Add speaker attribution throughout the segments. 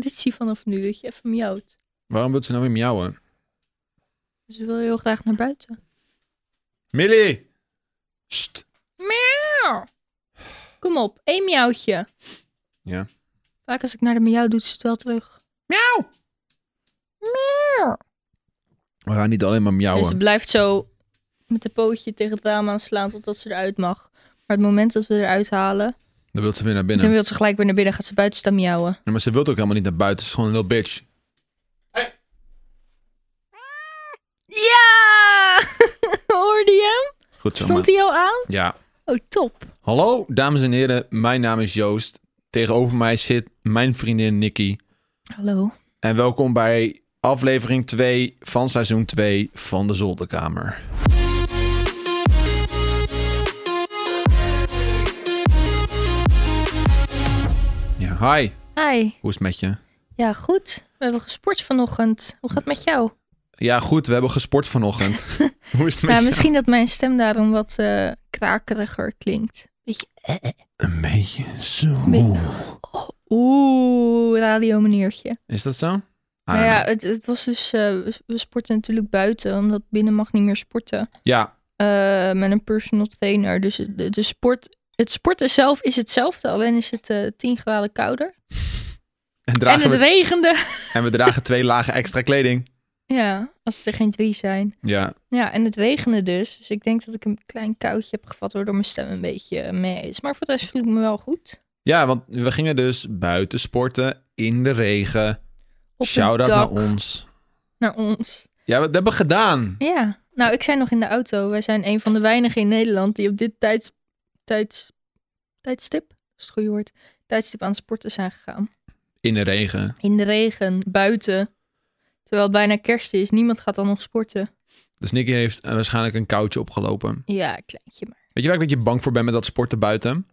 Speaker 1: traditie vanaf nu, dat je even miauwt.
Speaker 2: Waarom wilt ze nou weer miauwen?
Speaker 1: Ze wil Dus heel graag naar buiten.
Speaker 2: Millie! Sst.
Speaker 1: Kom op, één miauwtje.
Speaker 2: Ja.
Speaker 1: Vaak als ik naar de miauw doet ze het wel terug.
Speaker 2: Miauw! We gaan niet alleen maar
Speaker 1: En ze
Speaker 2: miauwen.
Speaker 1: Dus blijft zo met een pootje tegen het raam aan slaan totdat ze eruit mag. Maar het moment dat we eruit halen,
Speaker 2: Dan wil ze weer naar
Speaker 1: dan
Speaker 2: binnen.
Speaker 1: wil ze gelijk weer naar binnen. Gaat ze buiten staan miauwen.
Speaker 2: Ja, maar ze wil ook helemaal niet naar buiten. Ze is gewoon een little bitch.
Speaker 1: Ja! Hoorde je hem?
Speaker 2: Goed zo,
Speaker 1: Stond
Speaker 2: man.
Speaker 1: hij al aan?
Speaker 2: Ja.
Speaker 1: Oh, top.
Speaker 2: Hallo, dames en heren. Mijn naam is Joost. Tegenover mij zit mijn vriendin Nikki.
Speaker 1: Hallo.
Speaker 2: En welkom bij aflevering 2 van seizoen 2 van de Zolderkamer. Ja, hi.
Speaker 1: Hi.
Speaker 2: Hoe is het met je?
Speaker 1: Ja, goed. We hebben gesport vanochtend. Hoe gaat het met jou?
Speaker 2: Ja, goed. We hebben gesport vanochtend. Hoe is het met
Speaker 1: Ja,
Speaker 2: je?
Speaker 1: misschien dat mijn stem daarom wat eh, krakeriger klinkt. Beetje,
Speaker 2: Een beetje zo.
Speaker 1: Beetje- oeh, radio meneertje.
Speaker 2: Is dat zo? I don't
Speaker 1: Nou ja,
Speaker 2: know.
Speaker 1: het, het was dus, eh, we- we sporten natuurlijk buiten, omdat binnen mag niet meer sporten.
Speaker 2: ja,
Speaker 1: eh, met een personal trainer. Dus het- de, de sport, het sporten zelf is hetzelfde, alleen is het eh 10 graden kouder.
Speaker 2: en, dragen
Speaker 1: en het
Speaker 2: we,
Speaker 1: regende.
Speaker 2: en we dragen twee lagen extra kleding.
Speaker 1: Ja, als er geen drie zijn.
Speaker 2: Ja,
Speaker 1: Ja, en het regende dus. Dus ik denk dat ik een klein koudje heb gevat, waardoor mijn stem een beetje eh, mee is. Maar voor de rest voel ik me wel goed.
Speaker 2: ja want we gingen dus buiten sporten in de regen.
Speaker 1: Op
Speaker 2: Shout-out
Speaker 1: het
Speaker 2: naar
Speaker 1: dak,
Speaker 2: ons.
Speaker 1: naar ons.
Speaker 2: Ja, we- dat hebben we gedaan.
Speaker 1: Ja, nou, ik zei nog in de auto. Wij zijn een van de weinigen in Nederland die op dit tijds, tijds, tijdstip, dat is het goede woord, tijdstip aan het sporten zijn gegaan.
Speaker 2: In de regen.
Speaker 1: In de regen, buiten. Terwijl het bijna kerst is, niemand gaat dan nog sporten.
Speaker 2: Dus Nicky heeft eh, waarschijnlijk een koutje opgelopen.
Speaker 1: Ja, kleintje maar.
Speaker 2: Weet je waar ik een beetje bang voor ben met dat sporten buiten?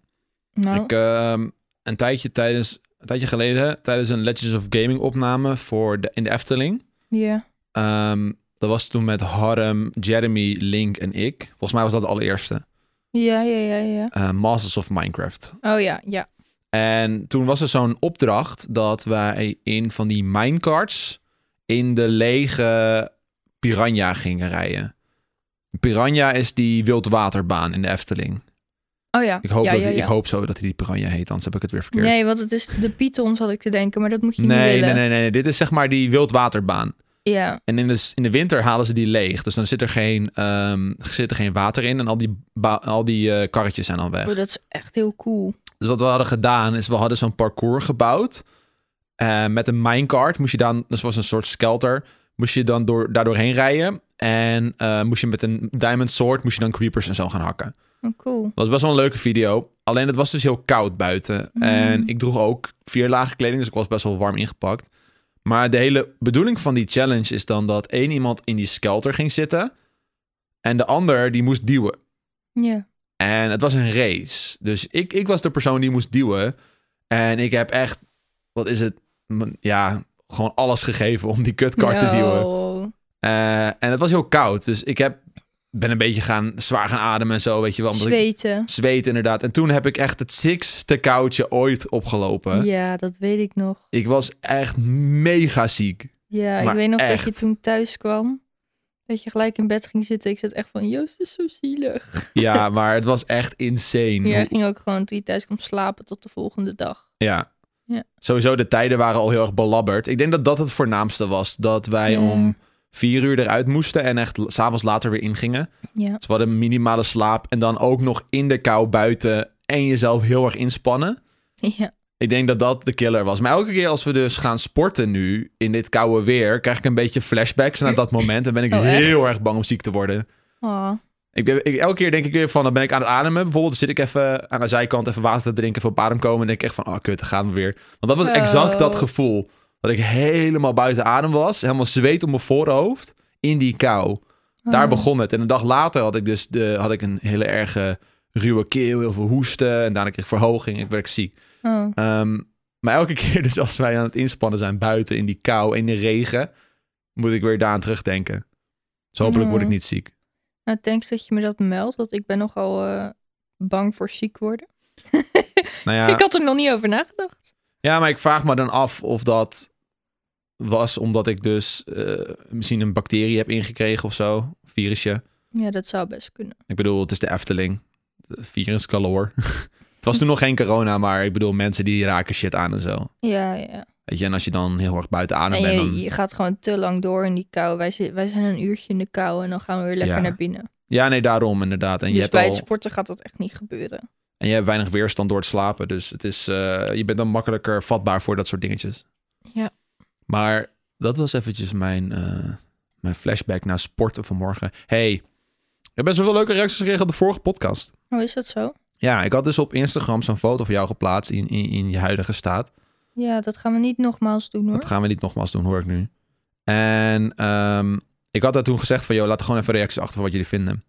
Speaker 1: Nou,
Speaker 2: Ik, ehm, een, tijdje tijdens, een tijdje geleden, tijdens een Legends of Gaming opname voor de, in de Efteling...
Speaker 1: ja.
Speaker 2: Ehm, dat was toen met Harm, Jeremy, Link en ik. Volgens mij was dat de allereerste.
Speaker 1: Ja, ja, ja, ja.
Speaker 2: Eh, Masters of Minecraft.
Speaker 1: Oh ja, ja.
Speaker 2: En toen was er zo'n opdracht dat wij in van die minecarts in de lege Piranha gingen rijden. Piranha is die wildwaterbaan in de Efteling.
Speaker 1: Oh ja.
Speaker 2: Ik hoop,
Speaker 1: ja,
Speaker 2: dat
Speaker 1: ja,
Speaker 2: hij-
Speaker 1: ja.
Speaker 2: ik hoop zo dat hij die Piranha heet, anders heb ik het weer verkeerd.
Speaker 1: Nee, want het is de pythons had ik te denken, maar dat moet je niet
Speaker 2: nee,
Speaker 1: willen.
Speaker 2: nee, nee, nee. Dit is zeg maar die wildwaterbaan.
Speaker 1: Ja,
Speaker 2: En in de, s- in de winter halen ze die leeg. Dus dan zit er geen, ehm, zit er geen water in. En al die, ba- al die eh, karretjes zijn dan weg.
Speaker 1: oh, dat is echt heel cool.
Speaker 2: Dus wat we hadden gedaan is we hadden zo'n parcours gebouwd. Eh, met een minecart moest je dan, dus was een soort skelter, moest je dan door, daar doorheen rijden. En eh, moest je met een diamond sword, moest je dan creepers en zo gaan hakken.
Speaker 1: Oh, cool.
Speaker 2: Dat was best wel een leuke video. Alleen het was dus heel koud buiten.
Speaker 1: Mm.
Speaker 2: En ik droeg ook vier lagen kleding, dus ik was best wel warm ingepakt. Maar de hele bedoeling van die challenge is dan dat één iemand in die skelter ging zitten. En de ander die moest duwen.
Speaker 1: Ja.
Speaker 2: En het was een race. Dus ik, ik was de persoon die moest duwen. En ik heb echt, wat is het? M- Ja, gewoon alles gegeven om die kutkar te duwen.
Speaker 1: Oh.
Speaker 2: Eh, en het was heel koud. Dus ik heb, ben een beetje gaan, zwaar gaan ademen en zo, weet je wel. Omdat ik-
Speaker 1: Zweten.
Speaker 2: Zweet inderdaad. En toen heb ik echt het sixste koudje ooit opgelopen.
Speaker 1: Ja, dat weet ik nog.
Speaker 2: Ik was echt mega ziek.
Speaker 1: Ja,
Speaker 2: Maar
Speaker 1: ik weet nog dat je
Speaker 2: echt.
Speaker 1: toen thuis kwam. Dat je gelijk in bed ging zitten. Ik zat echt van, Joost is zo zielig.
Speaker 2: Ja, maar het was echt insane.
Speaker 1: Ja, ging ook gewoon toen je thuis kwam slapen tot de volgende dag.
Speaker 2: Ja.
Speaker 1: Ja.
Speaker 2: Sowieso, de tijden waren al heel erg belabberd. Ik denk dat dat het voornaamste was. Dat wij
Speaker 1: Ja.
Speaker 2: om vier uur eruit moesten en echt l- s'avonds later weer ingingen.
Speaker 1: Ja,
Speaker 2: Dus we hadden minimale slaap en dan ook nog in de kou buiten en jezelf heel erg inspannen.
Speaker 1: ja.
Speaker 2: Ik denk dat dat de killer was. Maar elke keer als we dus gaan sporten nu, in dit koude weer, krijg ik een beetje flashbacks naar dat moment. En ben ik
Speaker 1: Oh, echt?
Speaker 2: heel erg bang om ziek te worden.
Speaker 1: Oh,
Speaker 2: Ik, ben- ik- elke keer denk ik weer van, dan ben ik aan het ademen. Bijvoorbeeld zit ik even aan de zijkant even water te drinken, even op adem komen. En denk ik echt van, oh kut, dan gaan we weer. Want dat was exact
Speaker 1: Oh.
Speaker 2: dat gevoel. Dat ik helemaal buiten adem was, helemaal zweet op mijn voorhoofd, in die kou.
Speaker 1: Oh.
Speaker 2: Daar
Speaker 1: Ah.
Speaker 2: begon het. En een dag later had ik dus de, had ik een hele erge ruwe keel, heel veel hoesten. En daarna kreeg ik verhoging en ik werd ziek.
Speaker 1: Oh.
Speaker 2: Ehm, maar elke keer dus als wij aan het inspannen zijn buiten in die kou, in de regen, moet ik weer daaraan terugdenken. Dus hopelijk word ik
Speaker 1: Ja.
Speaker 2: niet ziek.
Speaker 1: Nou, thanks dat je me dat meldt. Want ik ben nogal eh, bang voor ziek worden.
Speaker 2: Nou ja,
Speaker 1: Ik had er nog niet over nagedacht.
Speaker 2: Ja, maar ik vraag me dan af of dat was omdat ik dus eh, misschien een bacterie heb ingekregen of zo. Een Virusje.
Speaker 1: Ja, dat zou best kunnen.
Speaker 2: Ik bedoel, het is de Efteling. De Virus galore. het was toen nog geen corona, maar ik bedoel, mensen die raken shit aan en zo.
Speaker 1: Ja, ja.
Speaker 2: Weet je, en als je dan heel erg buiten adem
Speaker 1: En
Speaker 2: bent,
Speaker 1: je,
Speaker 2: dan...
Speaker 1: je gaat gewoon te lang door in die kou. Wij, zi- wij zijn een uurtje in de kou en dan gaan we weer lekker
Speaker 2: Ja.
Speaker 1: naar binnen.
Speaker 2: Ja, nee, daarom inderdaad. En je
Speaker 1: dus
Speaker 2: hebt
Speaker 1: bij
Speaker 2: al...
Speaker 1: het sporten gaat dat echt niet gebeuren.
Speaker 2: En je hebt weinig weerstand door het slapen. Dus het is, eh, je bent dan makkelijker vatbaar voor dat soort dingetjes.
Speaker 1: Ja.
Speaker 2: Maar dat was eventjes mijn, eh, mijn flashback naar sporten vanmorgen. hey, ik heb best wel veel leuke reacties gekregen op de vorige podcast.
Speaker 1: Oh, is dat zo?
Speaker 2: Ja, ik had dus op Instagram zo'n foto van jou geplaatst in, in, in je huidige staat.
Speaker 1: Ja, dat gaan we niet nogmaals doen hoor.
Speaker 2: Dat gaan we niet nogmaals doen, hoor ik nu. En ehm, ik had daar toen gezegd van, joh, laat gewoon even reacties achter van wat jullie vinden.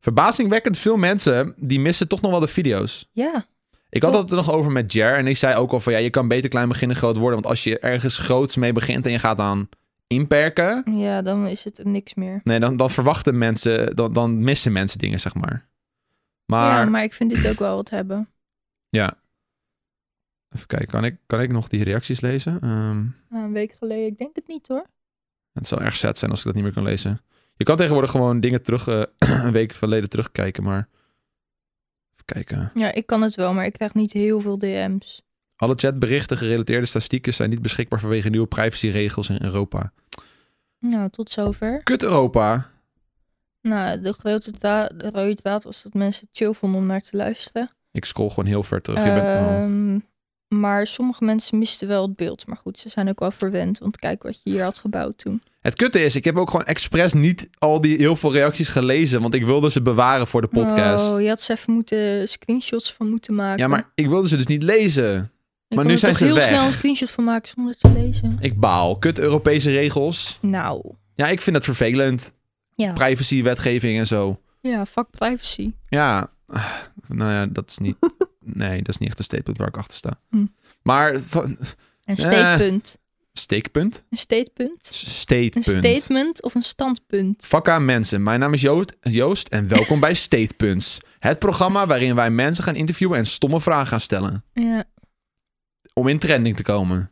Speaker 2: Verbazingwekkend veel mensen, die missen toch nog wel de video's.
Speaker 1: Ja,
Speaker 2: Ik had het er
Speaker 1: Klopt.
Speaker 2: nog over met Jer. En ik zei ook al van ja, je kan beter klein beginnen, groot worden. Want als je ergens groots mee begint en je gaat aan inperken.
Speaker 1: ja, dan is het niks meer.
Speaker 2: Nee, dan, dan verwachten mensen, dan, dan missen mensen dingen, zeg maar. Maar,
Speaker 1: Ja, maar ik vind dit ook wel wat hebben.
Speaker 2: even kijken, kan ik, kan ik nog die reacties lezen? Ehm,
Speaker 1: Nou, een week geleden, ik denk het niet hoor.
Speaker 2: het zou erg zet zijn als ik dat niet meer kan lezen. Je kan tegenwoordig gewoon dingen terug, eh, een week verleden terugkijken, maar even kijken.
Speaker 1: Ja, ik kan het wel, maar ik krijg niet heel veel DM's.
Speaker 2: Alle chatberichten gerelateerde statistieken zijn niet beschikbaar vanwege nieuwe privacyregels in Europa.
Speaker 1: Nou, tot zover.
Speaker 2: Kut Europa.
Speaker 1: Nou, de grote da- de rode draad was dat mensen het chill vonden om naar te luisteren.
Speaker 2: Ik scroll gewoon heel ver terug. Je bent, oh.
Speaker 1: Ehm, Maar sommige mensen misten wel het beeld. Maar goed, ze zijn ook wel verwend. Want kijk wat je hier had gebouwd toen.
Speaker 2: Het kutte is, ik heb ook gewoon expres niet al die heel veel reacties gelezen, want ik wilde ze bewaren voor de podcast.
Speaker 1: Oh, je had ze even moeten screenshots van moeten maken.
Speaker 2: ja, maar ik wilde ze dus niet lezen.
Speaker 1: Je
Speaker 2: maar
Speaker 1: kon
Speaker 2: nu
Speaker 1: er
Speaker 2: zijn
Speaker 1: toch
Speaker 2: ze
Speaker 1: heel
Speaker 2: weg.
Speaker 1: snel een screenshot van maken zonder het te lezen.
Speaker 2: Ik baal. Kut Europese regels.
Speaker 1: Nou,
Speaker 2: Ja, ik vind dat vervelend.
Speaker 1: ja.
Speaker 2: Privacy, wetgeving en zo.
Speaker 1: Ja, fuck privacy.
Speaker 2: Ja, ah, nou ja, dat is niet. nee, dat is niet echt een statement waar ik achter sta.
Speaker 1: Hm.
Speaker 2: Maar van-
Speaker 1: Een statepunt.
Speaker 2: steekpunt?
Speaker 1: Een statepunt.
Speaker 2: S-
Speaker 1: Een
Speaker 2: Statepunt.
Speaker 1: statement of een standpunt.
Speaker 2: Fuck aan mensen. Mijn naam is Joost, Joost en welkom bij Statepunts. Het programma waarin wij mensen gaan interviewen en stomme vragen gaan stellen.
Speaker 1: Ja.
Speaker 2: Om in trending te komen.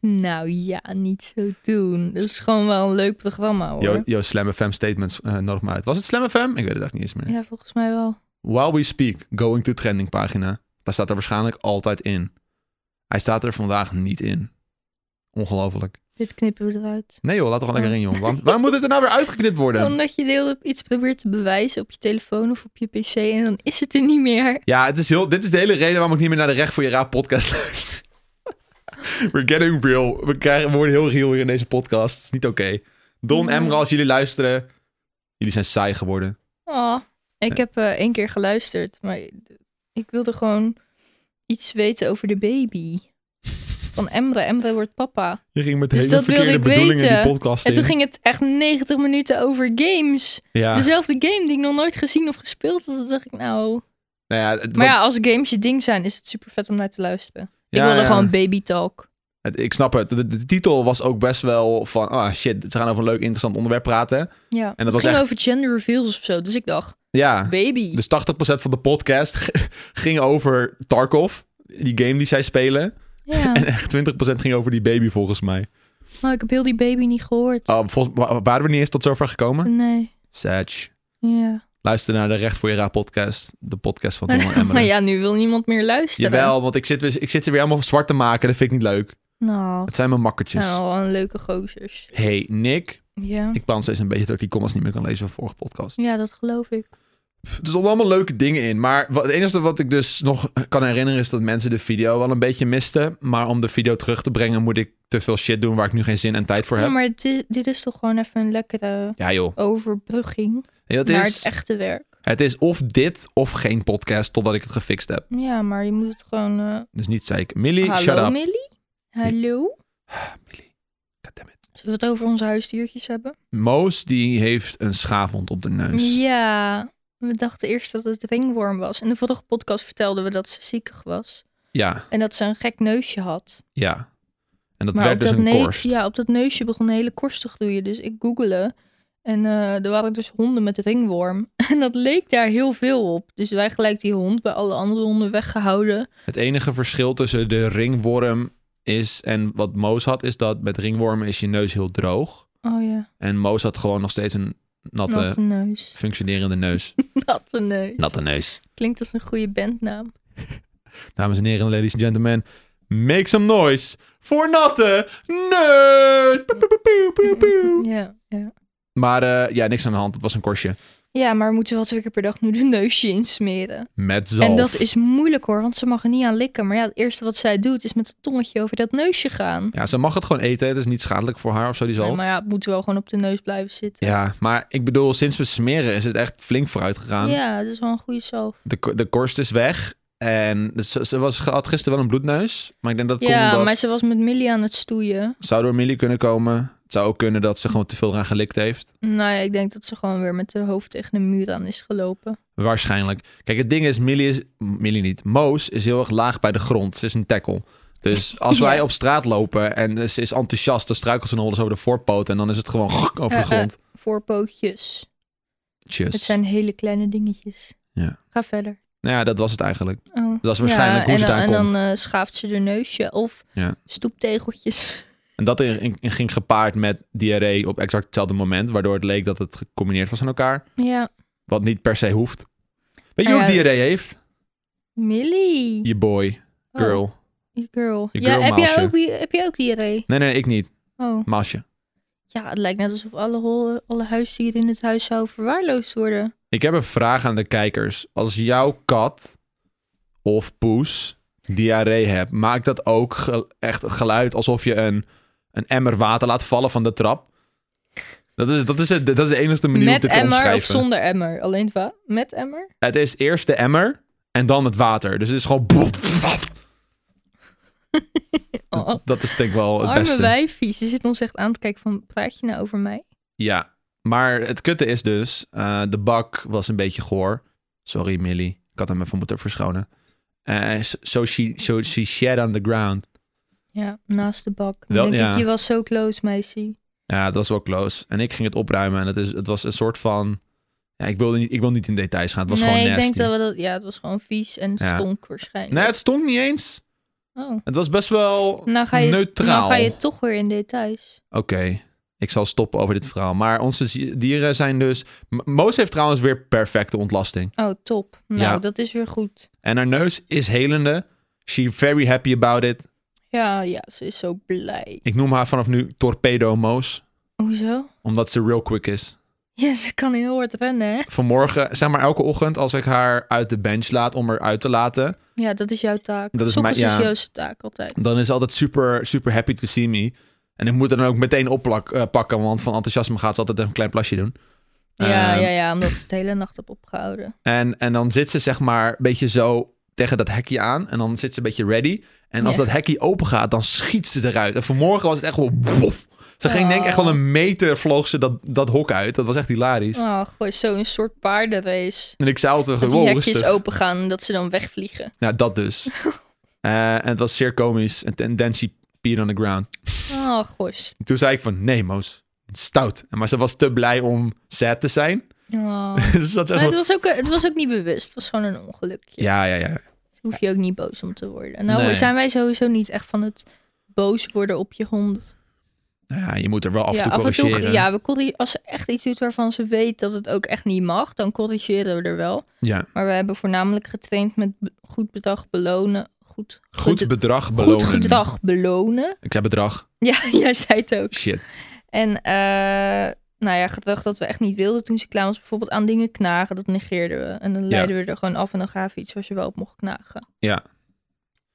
Speaker 1: Nou ja, niet zo doen. Dat is gewoon wel een leuk programma hoor.
Speaker 2: Yo, yo Slam FM statements eh nodig me uit. Was het Slam FM? Ik weet het eigenlijk niet eens meer.
Speaker 1: Ja, volgens mij wel.
Speaker 2: While we speak, going to trending pagina. Daar staat er waarschijnlijk altijd in. Hij staat er vandaag niet in. Ongelooflijk.
Speaker 1: Dit knippen we eruit.
Speaker 2: Nee joh, laat toch wel lekker
Speaker 1: Ja.
Speaker 2: in jongen. Waarom, waarom moet het er nou weer uitgeknipt worden?
Speaker 1: Omdat je de hele tijd iets probeert te bewijzen op je telefoon of op je pc en dan is het er niet meer.
Speaker 2: Ja, het is heel, dit is de hele reden waarom ik niet meer naar de Recht voor je Raad podcast luister. We're getting real. We, krijgen, we worden heel real hier in deze podcast. Het is niet oké. Don,
Speaker 1: Nee.
Speaker 2: Emra, als jullie luisteren. Jullie zijn saai geworden.
Speaker 1: Oh, ik heb eh, één keer geluisterd, maar ik wilde gewoon iets weten over de baby. Van Emre. Emre wordt papa.
Speaker 2: Je ging met
Speaker 1: Dus hele
Speaker 2: hele
Speaker 1: dat wilde verkeerde
Speaker 2: verkeerde
Speaker 1: ik bedoelingen weten. die
Speaker 2: bedoelingen die podcast
Speaker 1: En toen ging dus het echt 90 minuten over games.
Speaker 2: Ja.
Speaker 1: Dezelfde game die ik nog nooit gezien of gespeeld had. Toen dacht ik, nou...
Speaker 2: Nou ja, het-
Speaker 1: Maar
Speaker 2: wat-
Speaker 1: ja, als games je ding zijn, is het super vet om naar te luisteren.
Speaker 2: Ja,
Speaker 1: ik wilde
Speaker 2: ja.
Speaker 1: gewoon baby talk.
Speaker 2: Het- ik snap het. De, de titel was ook best wel van, ah shit, ze gaan over een leuk interessant onderwerp praten.
Speaker 1: Ja.
Speaker 2: dat
Speaker 1: het
Speaker 2: was
Speaker 1: ging
Speaker 2: echt-
Speaker 1: over gender reveals of zo. Dus ik dacht,
Speaker 2: Ja,
Speaker 1: baby.
Speaker 2: dus 80% van de podcast ging over Tarkov, die game die zij spelen.
Speaker 1: Ja,
Speaker 2: En echt 20% ging over die baby volgens mij.
Speaker 1: maar ik heb heel die baby niet gehoord.
Speaker 2: Oh, volgens, wa- waren we niet eens tot zover gekomen?
Speaker 1: Nee,
Speaker 2: Satch.
Speaker 1: ja.
Speaker 2: Luister naar de Recht voor je Raad podcast, de podcast van Donald
Speaker 1: Maar
Speaker 2: Emmer.
Speaker 1: ja, nu wil niemand meer luisteren.
Speaker 2: Jawel, want ik zit, weer- ik zit ze weer helemaal zwart te maken. Dat vind ik niet leuk.
Speaker 1: Nou,
Speaker 2: Het zijn mijn makkertjes.
Speaker 1: nou wel een leuke gozers.
Speaker 2: Hey Nick,
Speaker 1: Ja.
Speaker 2: ik plan steeds een beetje dat ik die comments niet meer kan lezen van vorige podcast.
Speaker 1: ja, dat geloof ik.
Speaker 2: Er stonden allemaal leuke dingen in. Maar wat, het enige wat ik dus nog kan herinneren is dat mensen de video wel een beetje misten. Maar om de video terug te brengen moet ik te veel shit doen waar ik nu geen zin en tijd voor
Speaker 1: Ja,
Speaker 2: heb.
Speaker 1: maar dit, dit is toch gewoon even een lekkere
Speaker 2: Ja joh.
Speaker 1: overbrugging
Speaker 2: Nee, dat
Speaker 1: naar
Speaker 2: is,
Speaker 1: het echte werk.
Speaker 2: het is of dit of geen podcast totdat ik het gefixt heb.
Speaker 1: Ja, maar je moet het gewoon... eh,
Speaker 2: Dus niet zeker. Millie, shut
Speaker 1: Hallo
Speaker 2: up.
Speaker 1: Millie? Hallo?
Speaker 2: Ah, Millie. Goddammit.
Speaker 1: Zullen we het over onze huisdiertjes hebben?
Speaker 2: Moos die heeft een schaafwond op de neus.
Speaker 1: Ja, we dachten eerst dat het ringworm was. In de vorige podcast vertelden we dat ze ziekig was.
Speaker 2: Ja,
Speaker 1: En dat ze een gek neusje had.
Speaker 2: ja. En dat
Speaker 1: maar
Speaker 2: werd
Speaker 1: op
Speaker 2: dus
Speaker 1: dat
Speaker 2: een
Speaker 1: ne-
Speaker 2: korst.
Speaker 1: Ja, op dat neusje begon een hele korst te groeien. Dus ik googelde. En eh, er waren dus honden met ringworm. En dat leek daar heel veel op. Dus wij gelijk die hond bij alle andere honden weggehouden.
Speaker 2: Het enige verschil tussen de ringworm is en wat Moos had, is dat met ringwormen is je neus heel droog.
Speaker 1: Oh ja,
Speaker 2: En Moos had gewoon nog steeds een natte,
Speaker 1: natte neus.
Speaker 2: functionerende neus.
Speaker 1: Natte neus.
Speaker 2: Natte neus.
Speaker 1: Klinkt als een goede bandnaam.
Speaker 2: Dames en heren, ladies and gentlemen, make some noise voor natte neus. Poe, poe, poe, poe, poe.
Speaker 1: Ja, ja.
Speaker 2: Maar eh, ja, niks aan de hand. Het was een korstje
Speaker 1: ja, maar we moeten wel twee keer per dag nu de neusje insmeren.
Speaker 2: met zalf.
Speaker 1: En dat is moeilijk hoor, want ze mag er niet aan likken. Maar ja, het eerste wat zij doet is met het tongetje over dat neusje gaan.
Speaker 2: Ja, ze mag het gewoon eten. Het is niet schadelijk voor haar of zo, die zalf.
Speaker 1: Nee, maar ja, het moet wel gewoon op de neus blijven zitten.
Speaker 2: Ja, maar ik bedoel, sinds we smeren is het echt flink vooruit gegaan.
Speaker 1: Ja, dat is wel een goede zelf.
Speaker 2: De, ko- de korst is weg. En dus ze, ze was, ze had gisteren wel een bloedneus. Maar ik denk dat het
Speaker 1: Ja,
Speaker 2: komt omdat...
Speaker 1: maar ze was met Millie aan het stoeien.
Speaker 2: zou door Millie kunnen komen. Het zou ook kunnen dat ze gewoon te veel eraan gelikt heeft.
Speaker 1: Nou ja, ik denk dat ze gewoon weer met haar hoofd tegen de muur aan is gelopen.
Speaker 2: Waarschijnlijk. Kijk, het ding is, Millie is... Millie niet. Moos is heel erg laag bij de grond. Ze is een tackle. Dus als
Speaker 1: Ja.
Speaker 2: wij op straat lopen en ze is enthousiast, dan struikelt ze nog wel eens over de voorpoot. En dan is het gewoon over de
Speaker 1: Eh, eh.
Speaker 2: grond.
Speaker 1: Voorpootjes.
Speaker 2: Tjus.
Speaker 1: Het zijn hele kleine dingetjes.
Speaker 2: Ja.
Speaker 1: Ga verder.
Speaker 2: Nou ja, dat was het eigenlijk.
Speaker 1: Oh.
Speaker 2: Dat is waarschijnlijk
Speaker 1: ja,
Speaker 2: hoe ze
Speaker 1: en dan,
Speaker 2: daar
Speaker 1: en
Speaker 2: komt.
Speaker 1: dan eh, schaaft ze haar neusje of
Speaker 2: Ja.
Speaker 1: stoeptegeltjes.
Speaker 2: En dat in- in- ging gepaard met diarree op exact hetzelfde moment, waardoor het leek dat het gecombineerd was aan elkaar.
Speaker 1: Ja,
Speaker 2: Wat niet per se hoeft. Weet je
Speaker 1: Nou
Speaker 2: wie ook
Speaker 1: ja,
Speaker 2: diarree heeft?
Speaker 1: Millie.
Speaker 2: Je boy,
Speaker 1: Oh,
Speaker 2: girl.
Speaker 1: je girl.
Speaker 2: Je
Speaker 1: ja,
Speaker 2: girl
Speaker 1: heb, jij
Speaker 2: mouseje.
Speaker 1: ook, die- heb jij ook diarree?
Speaker 2: Nee, nee, ik niet.
Speaker 1: Oh.
Speaker 2: Masje.
Speaker 1: Ja, het lijkt net alsof alle, hol- alle huisdieren in het huis zouden verwaarloosd worden.
Speaker 2: Ik heb een vraag aan de kijkers. Als jouw kat of poes diarree hebt, maakt dat ook ge- echt het geluid alsof je een, een emmer water laat vallen van de trap? Dat is, dat is, het, dat is de enige manier om
Speaker 1: Met
Speaker 2: dit te
Speaker 1: emmer of
Speaker 2: omschrijven.
Speaker 1: zonder emmer? Alleen het wa- met emmer?
Speaker 2: Het is eerst de emmer en dan het water. Dus het is gewoon...
Speaker 1: Oh,
Speaker 2: Dat- Dat is denk ik wel het
Speaker 1: arme
Speaker 2: beste.
Speaker 1: wijfie. Ze zit ons echt aan te kijken van, praat je nou over mij?
Speaker 2: Ja, maar het kutte is dus, eh, de bak was een beetje goor. Sorry Millie, ik had hem even moeten verschonen. Eh, so- so, she, so she shed on the ground.
Speaker 1: Ja, naast de bak.
Speaker 2: Wel,
Speaker 1: Denk
Speaker 2: ja.
Speaker 1: ik, je was zo close, meisje.
Speaker 2: Ja, dat was wel close. En ik ging het opruimen en het, is, het was een soort van... Ja, ik, wilde niet, ik wil niet in details gaan, het was
Speaker 1: nee,
Speaker 2: gewoon
Speaker 1: ik
Speaker 2: nasty.
Speaker 1: denk dat we dat... Ja, het was gewoon vies en het
Speaker 2: Ja.
Speaker 1: stonk waarschijnlijk.
Speaker 2: Nee, het stonk niet eens.
Speaker 1: Oh.
Speaker 2: Het was best wel
Speaker 1: Nou ga, je,
Speaker 2: neutraal.
Speaker 1: nou ga je toch weer in details.
Speaker 2: Oké, ik zal stoppen over dit verhaal. Maar onze zi- dieren zijn dus... M- Moos heeft trouwens weer perfecte ontlasting.
Speaker 1: Oh, top. Nou,
Speaker 2: Ja.
Speaker 1: dat is weer goed.
Speaker 2: En haar neus is helende. She very happy about it.
Speaker 1: Ja, ja, ze is zo blij.
Speaker 2: Ik noem haar vanaf nu Torpedo Moos.
Speaker 1: Hoezo?
Speaker 2: Omdat ze real quick is.
Speaker 1: Ja, ze kan heel hard rennen, hè?
Speaker 2: Vanmorgen, zeg maar elke ochtend als ik haar uit de bench laat om haar uit te laten.
Speaker 1: Ja, dat is jouw taak.
Speaker 2: Dat is
Speaker 1: Soms
Speaker 2: mijn- ja.
Speaker 1: is Joost taak altijd.
Speaker 2: Dan is ze altijd super, super happy to see me. En ik moet haar dan ook meteen oppakken. pakken, want van enthousiasme gaat ze altijd even een klein plasje doen.
Speaker 1: Ja,
Speaker 2: Ehm,
Speaker 1: ja, ja, omdat ze het hele nacht heb opgehouden.
Speaker 2: En, en dan zit ze zeg maar een beetje zo tegen dat hekje aan. En dan zit ze een beetje ready. En als
Speaker 1: Ja.
Speaker 2: dat hekje open gaat, dan schiet ze eruit. En vanmorgen was het echt gewoon... bof. Ze ging denk ik echt wel een meter vloog ze dat, dat hok uit. Dat was echt hilarisch.
Speaker 1: Oh, gooi zo'n soort paardenrace.
Speaker 2: En ik zei altijd
Speaker 1: Dat
Speaker 2: gewoon,
Speaker 1: die
Speaker 2: wow,
Speaker 1: hekjes
Speaker 2: rustig.
Speaker 1: opengaan en dat ze dan wegvliegen.
Speaker 2: Nou, dat dus. Eh, en het was zeer komisch. En, en then she peed on the ground.
Speaker 1: Oh, gosh.
Speaker 2: En toen zei ik van, nee Moos, stout. En Maar ze was te blij om sad te zijn.
Speaker 1: Oh.
Speaker 2: dus dat is echt
Speaker 1: Maar het
Speaker 2: wel-
Speaker 1: was, ook, het was ook niet bewust. Het was gewoon een ongelukje.
Speaker 2: Ja, ja, ja.
Speaker 1: Dus hoef je ook niet boos om te worden. Nou
Speaker 2: Nee.
Speaker 1: zijn wij sowieso niet echt van het boos worden op je hond.
Speaker 2: Nou ja, je moet er wel af en
Speaker 1: ja,
Speaker 2: toe corrigeren.
Speaker 1: ja, we corri- als ze echt iets doet waarvan ze weet dat het ook echt niet mag, dan corrigeren we er wel.
Speaker 2: Ja.
Speaker 1: Maar we hebben voornamelijk getraind met be- goed bedrag belonen. Goed,
Speaker 2: Goed
Speaker 1: goed-
Speaker 2: bedrag belonen.
Speaker 1: Goed gedrag belonen.
Speaker 2: Ik zei bedrag.
Speaker 1: Ja, jij zei het ook.
Speaker 2: Shit.
Speaker 1: En eh, nou ja, gedrag dat we echt niet wilden toen ze klaar was. Bijvoorbeeld aan dingen knagen, dat negeerden we. En dan leiden we er gewoon af en dan gaven we iets waar ze wel op mocht knagen.
Speaker 2: Ja.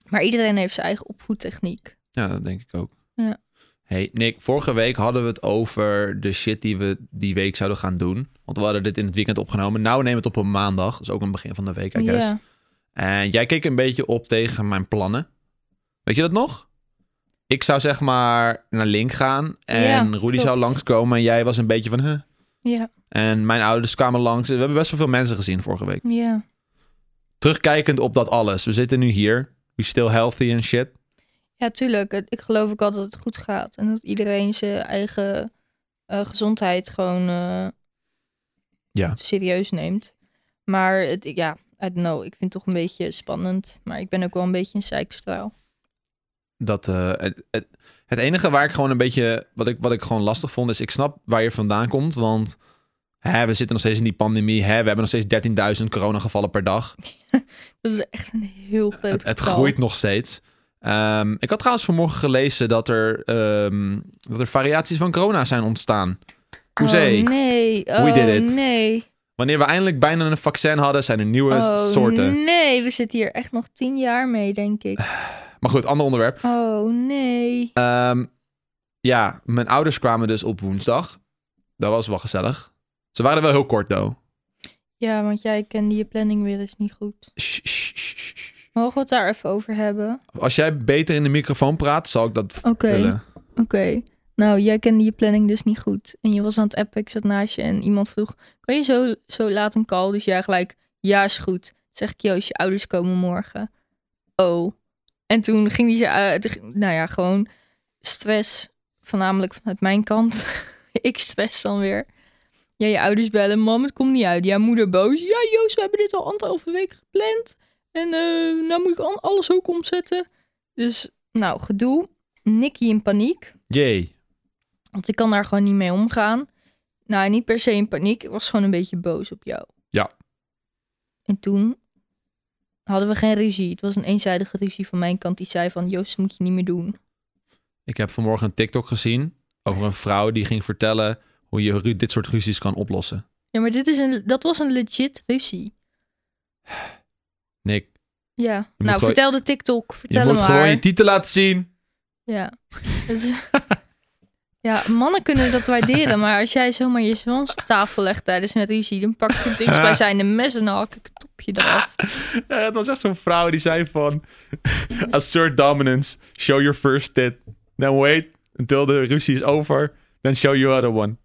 Speaker 1: Maar iedereen heeft zijn eigen opvoedtechniek.
Speaker 2: Ja, dat denk ik ook.
Speaker 1: Ja.
Speaker 2: Hey Nick, vorige week hadden we het over de shit die we die week zouden gaan doen. Want we hadden dit in het weekend opgenomen. Nou, neem het op een maandag. Dat is ook een begin van de week, I guess.
Speaker 1: ja.
Speaker 2: En jij keek een beetje op tegen mijn plannen. Weet je dat nog? Ik zou zeg maar naar Link gaan en
Speaker 1: Ja,
Speaker 2: Rudy
Speaker 1: klopt.
Speaker 2: zou langskomen en jij was een beetje van... Huh?
Speaker 1: ja,
Speaker 2: En mijn ouders kwamen langs. We hebben best wel veel mensen gezien vorige week.
Speaker 1: ja.
Speaker 2: Terugkijkend op dat alles. We zitten nu hier. We still healthy and shit.
Speaker 1: Ja, tuurlijk. Het- Ik geloof ook altijd dat het goed gaat. En dat iedereen zijn eigen eh, eh, gezondheid gewoon eh,
Speaker 2: Ja.
Speaker 1: serieus neemt. Maar het, ja, I don't know. Ik vind het toch een beetje spannend. Maar ik ben ook wel een beetje een zeikstraal.
Speaker 2: Dat, eh, het, het, het enige waar ik gewoon een beetje, wat ik, wat ik gewoon lastig vond, is ik snap waar je vandaan komt. Want hè, we zitten nog steeds in die pandemie. Hè, we hebben nog steeds 13.000 coronagevallen per dag.
Speaker 1: Dat is echt een heel groot
Speaker 2: Het, het
Speaker 1: getal.
Speaker 2: groeit nog steeds. Ehm, ik had trouwens vanmorgen gelezen dat er, ehm, dat er variaties van corona zijn ontstaan. Hoezee.
Speaker 1: Oh, nee. Oh,
Speaker 2: We did it.
Speaker 1: nee.
Speaker 2: Wanneer we eindelijk bijna een vaccin hadden, zijn er nieuwe
Speaker 1: Oh,
Speaker 2: soorten.
Speaker 1: nee. We zitten hier echt nog tien jaar mee, denk ik.
Speaker 2: Maar goed, ander onderwerp.
Speaker 1: Oh, nee.
Speaker 2: Ehm, ja, mijn ouders kwamen dus op woensdag. Dat was wel gezellig. Ze waren er wel heel kort, though.
Speaker 1: Ja, want jij kende je planning weer eens niet goed.
Speaker 2: Shh, shh, shh, shh.
Speaker 1: Mogen we het daar even over hebben?
Speaker 2: Als jij beter in de microfoon praat, zal ik dat
Speaker 1: Oké.
Speaker 2: vullen.
Speaker 1: Oké. Nou, jij kende je planning dus niet goed. En je was aan het appen, ik zat naast je en iemand vroeg... Kan je zo, zo laat een call? Dus jij gelijk, ja is goed. Zeg ik, Joost, je ouders komen morgen. Oh. En toen ging hij ze... eh, toen ging- nou ja, gewoon stress. Voornamelijk vanuit mijn kant. ik stress dan weer. Ja, je ouders bellen. Mam, het komt niet uit. Ja, moeder boos. Ja, Joost, we hebben dit al anderhalve week gepland. En eh, nou moet ik al- alles ook omzetten. Dus, nou, gedoe. Nicky in paniek.
Speaker 2: Jee.
Speaker 1: Want ik kan daar gewoon niet mee omgaan. Nou, niet per se in paniek. Ik was gewoon een beetje boos op jou.
Speaker 2: Ja.
Speaker 1: En toen hadden we geen ruzie. Het was een eenzijdige ruzie van mijn kant. Die zei van, Joost, dat moet je niet meer doen.
Speaker 2: Ik heb vanmorgen een TikTok gezien over een vrouw die ging vertellen hoe je ru- dit soort ruzies kan oplossen.
Speaker 1: Ja, maar dit is een, dat was een legit ruzie.
Speaker 2: Nick,
Speaker 1: Ja.
Speaker 2: moet
Speaker 1: nou,
Speaker 2: gewoon-
Speaker 1: vertel de TikTok. Vertel
Speaker 2: je
Speaker 1: hem
Speaker 2: moet gewoon
Speaker 1: haar.
Speaker 2: je titel laten zien.
Speaker 1: Ja. Dat is- ja, mannen kunnen dat waarderen. Maar als jij zomaar je zwans op tafel legt tijdens een ruzie... dan pak je het dichtstbijzijnde mes en dan hak ik het topje
Speaker 2: Oh,
Speaker 1: eraf.
Speaker 2: Ja, het was echt zo'n vrouw die zei van... Assert dominance, show your first tit. Then wait until the ruzie is over. Then show your other one.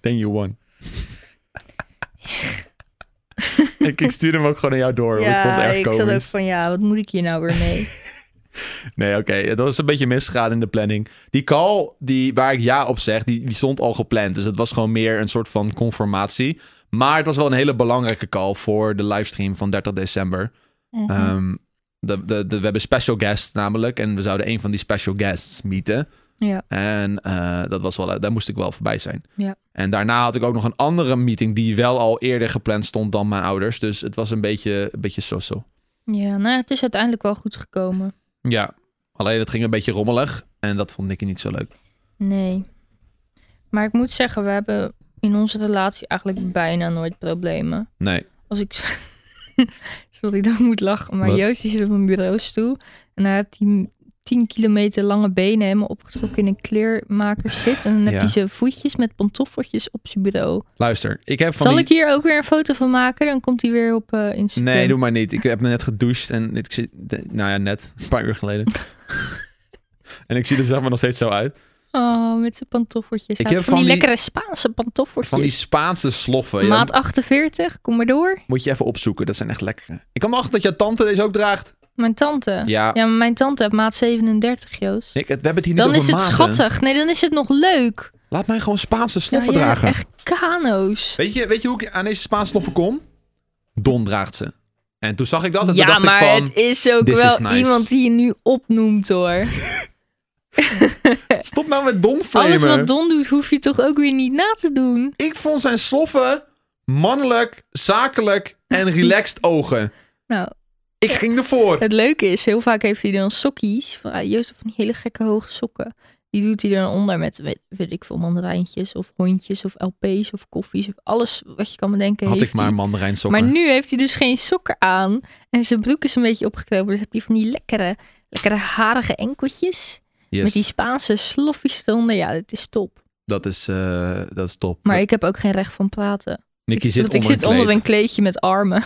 Speaker 2: Then you won. ik, ik stuurde hem ook gewoon aan jou door. want ik vond het
Speaker 1: ja,
Speaker 2: erg
Speaker 1: ik zat ook
Speaker 2: komisch.
Speaker 1: van, ja, wat moet ik hier nou weer mee?
Speaker 2: Nee, oké. Dat was een beetje misgegaan in de planning. Die call die, waar ik ja op zeg, die, die stond al gepland. Dus het was gewoon meer een soort van conformatie. Maar het was wel een hele belangrijke call voor de livestream van 30 december.
Speaker 1: Mhm.
Speaker 2: Ehm, de, de, de- we hebben special guests namelijk. En we zouden een van die special guests meeten.
Speaker 1: ja.
Speaker 2: En eh, dat was wel, daar moest ik wel voorbij zijn.
Speaker 1: Ja.
Speaker 2: En daarna had ik ook nog een andere meeting die wel al eerder gepland stond dan mijn ouders. Dus het was een beetje, een beetje so-so.
Speaker 1: ja, nou ja, het is uiteindelijk wel goed gekomen.
Speaker 2: Ja, alleen het ging een beetje rommelig. En dat vond Nicky niet zo leuk.
Speaker 1: Nee. Maar ik moet zeggen, we hebben in onze relatie eigenlijk bijna nooit problemen.
Speaker 2: Nee.
Speaker 1: Als ik... Sorry dat ik moet lachen, maar
Speaker 2: Wat?
Speaker 1: Joost die zit op een bureaustoel. En hij heeft die 10 kilometer lange benen helemaal opgetrokken in een kleermaker zit. En dan
Speaker 2: Ja.
Speaker 1: heeft hij zijn voetjes met pantoffeltjes op zijn bureau.
Speaker 2: Luister, ik heb van
Speaker 1: Zal
Speaker 2: die...
Speaker 1: ik hier ook weer een foto van maken? Dan komt hij weer op eh Instagram.
Speaker 2: Nee, doe maar niet. Ik heb net gedoucht en ik zit... Nou ja, net. Een paar uur geleden. en ik zie er zeg maar nog steeds zo uit.
Speaker 1: Oh, met zijn pantoffeltjes. Hij
Speaker 2: Ik heb
Speaker 1: heeft van, die
Speaker 2: van die-
Speaker 1: lekkere Spaanse pantoffeltjes.
Speaker 2: Van die Spaanse sloffen. Ja,
Speaker 1: Maat 48, kom maar door.
Speaker 2: Moet je even opzoeken, dat zijn echt lekkere. Ik kan me achter dat jouw tante deze ook draagt.
Speaker 1: Mijn tante.
Speaker 2: Ja,
Speaker 1: Ja, maar mijn tante heeft maat 37, Joost.
Speaker 2: Nick, het- we hebben het hier niet
Speaker 1: dan
Speaker 2: over
Speaker 1: is het
Speaker 2: maten.
Speaker 1: schattig. Nee, dan is het nog leuk.
Speaker 2: Laat mij gewoon Spaanse sloffen
Speaker 1: Ja, jij hebt
Speaker 2: dragen.
Speaker 1: Echt kano's.
Speaker 2: Weet, je, weet je hoe ik aan deze Spaanse sloffen kom? Don draagt ze. En toen zag ik dat en toen
Speaker 1: Ja,
Speaker 2: dacht
Speaker 1: maar
Speaker 2: ik van...
Speaker 1: het is ook
Speaker 2: this
Speaker 1: wel
Speaker 2: is nice.
Speaker 1: iemand die je nu opnoemt, hoor.
Speaker 2: Stop nou met Don
Speaker 1: Alles
Speaker 2: flamen.
Speaker 1: wat Don doet, hoef je toch ook weer niet na te doen.
Speaker 2: Ik vond zijn sloffen mannelijk, zakelijk en relaxed ogen.
Speaker 1: Nou,
Speaker 2: Ik ging ervoor.
Speaker 1: het leuke is, heel vaak heeft hij dan sokkies. Van, ah, Joost heeft van die hele gekke hoge sokken. Die doet hij dan onder met, weet, weet ik veel, mandarijntjes of hondjes of LP's of koffies. Of alles wat je kan bedenken
Speaker 2: Had
Speaker 1: heeft
Speaker 2: ik maar
Speaker 1: hij.
Speaker 2: mandarijnsokken.
Speaker 1: Maar nu heeft hij dus geen sokken aan. En zijn broek is een beetje opgekropen. Dus heb je van die lekkere, lekkere harige enkeltjes.
Speaker 2: Yes,
Speaker 1: Met die Spaanse sloffies eronder. Ja, dat is top.
Speaker 2: dat, is, eh, dat is top.
Speaker 1: Maar ik heb ook geen recht van praten.
Speaker 2: Nicky zit,
Speaker 1: Want ik
Speaker 2: onder,
Speaker 1: zit
Speaker 2: een
Speaker 1: onder een
Speaker 2: kleed.
Speaker 1: kleedje met armen.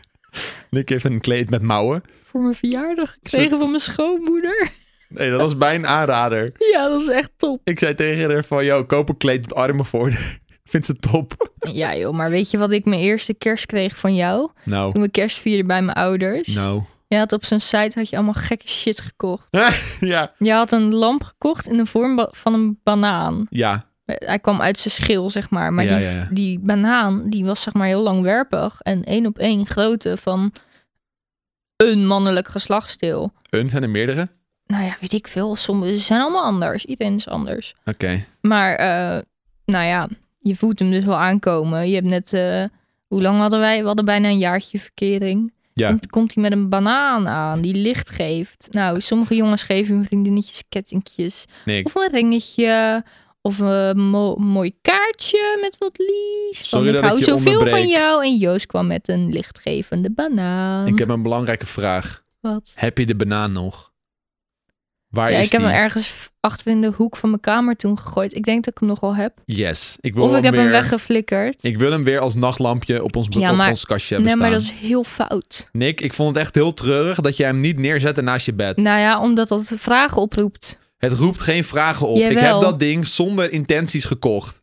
Speaker 2: Nicky heeft een kleed met mouwen.
Speaker 1: Voor mijn verjaardag gekregen
Speaker 2: Zo-
Speaker 1: van mijn schoonmoeder.
Speaker 2: Nee, dat was bij een aanrader.
Speaker 1: Ja, dat is echt top.
Speaker 2: Ik zei tegen haar van, yo, koop een kleed met armen voor. haar. Vindt ze top.
Speaker 1: Ja joh, maar weet je wat ik mijn eerste kerst kreeg van jou?
Speaker 2: Nou,
Speaker 1: Toen we kerst vierden bij mijn ouders.
Speaker 2: nou.
Speaker 1: Je had op zijn site had je allemaal gekke shit gekocht.
Speaker 2: ja,
Speaker 1: Je had een lamp gekocht in de vorm ba- van een banaan.
Speaker 2: ja.
Speaker 1: Eh, Hij kwam uit zijn schil, zeg maar. Maar
Speaker 2: Ja,
Speaker 1: die,
Speaker 2: ja, ja.
Speaker 1: die banaan, die was zeg maar heel langwerpig. En één op één grootte van een mannelijk geslachtsdeel.
Speaker 2: Een zijn er meerdere? Oké.
Speaker 1: Nou ja, weet ik veel. Sommige ze zijn allemaal anders. Iedereen is anders. Maar, eh, nou ja, je voelt hem dus wel aankomen. Je hebt net, eh, hoe lang hadden wij? We hadden bijna een jaartje verkering.
Speaker 2: Ja.
Speaker 1: En toen komt hij met een banaan aan die licht geeft. Nou, sommige jongens geven hun vriendinnetjes kettingjes.
Speaker 2: Nick.
Speaker 1: Of een ringetje. Of een mo- mooi kaartje met wat lies. Van,
Speaker 2: Sorry
Speaker 1: ik
Speaker 2: dat
Speaker 1: hou
Speaker 2: ik je
Speaker 1: zoveel van
Speaker 2: onderbreek.
Speaker 1: jou. En Joost kwam met een lichtgevende banaan.
Speaker 2: Ik heb een belangrijke vraag.
Speaker 1: Wat?
Speaker 2: Heb je de banaan nog? Waar
Speaker 1: Ja,
Speaker 2: is
Speaker 1: ik heb
Speaker 2: die?
Speaker 1: hem ergens achter in de hoek van mijn kamer toen gegooid. Ik denk dat ik hem nog wel heb.
Speaker 2: Yes. Ik wil
Speaker 1: Of ik heb
Speaker 2: weer...
Speaker 1: hem weggeflikkerd.
Speaker 2: Ik wil hem weer als nachtlampje op ons, be-
Speaker 1: Ja,
Speaker 2: op
Speaker 1: maar-
Speaker 2: ons kastje hebben
Speaker 1: Nee, maar dat
Speaker 2: staan.
Speaker 1: is heel fout.
Speaker 2: Nick, ik vond het echt heel treurig dat jij hem niet neerzette naast je bed.
Speaker 1: Nou ja, omdat dat vragen oproept.
Speaker 2: Het roept geen vragen op. Ik
Speaker 1: Jawel.
Speaker 2: heb dat ding zonder intenties gekocht.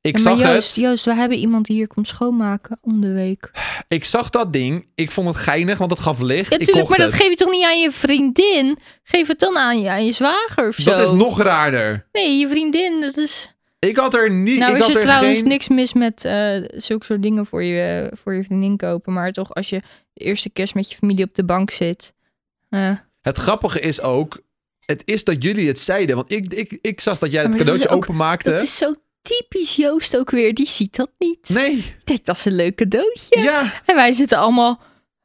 Speaker 2: Ik
Speaker 1: Ja, maar
Speaker 2: zag
Speaker 1: Joost,
Speaker 2: het.
Speaker 1: Joost, we hebben iemand die hier komt schoonmaken om de week.
Speaker 2: Ik zag dat ding. Ik vond het geinig, want het gaf licht.
Speaker 1: Ja,
Speaker 2: ik
Speaker 1: tuurlijk,
Speaker 2: kocht
Speaker 1: maar dat
Speaker 2: het.
Speaker 1: geef je toch niet aan je vriendin? Geef het dan aan je, aan je zwager of zo.
Speaker 2: dat is nog raarder.
Speaker 1: Nee, je vriendin, dat is...
Speaker 2: Ik had er niet.
Speaker 1: Nou
Speaker 2: ik
Speaker 1: is
Speaker 2: had
Speaker 1: er
Speaker 2: er
Speaker 1: trouwens
Speaker 2: geen...
Speaker 1: niks mis met eh zulke soort dingen voor je, voor je vriendin kopen. Maar toch, als je de eerste kerst met je familie op de bank zit... eh,
Speaker 2: Het grappige is ook. Het is dat jullie het zeiden. Want ik, ik, ik zag dat jij
Speaker 1: Ja,
Speaker 2: het
Speaker 1: maar dat is
Speaker 2: cadeautje
Speaker 1: ook-
Speaker 2: openmaakte.
Speaker 1: dat is zo typisch Joost ook weer. Die ziet dat niet.
Speaker 2: Nee.
Speaker 1: Ik denk, dat is een leuk cadeautje.
Speaker 2: Ja. ja.
Speaker 1: En wij zitten allemaal...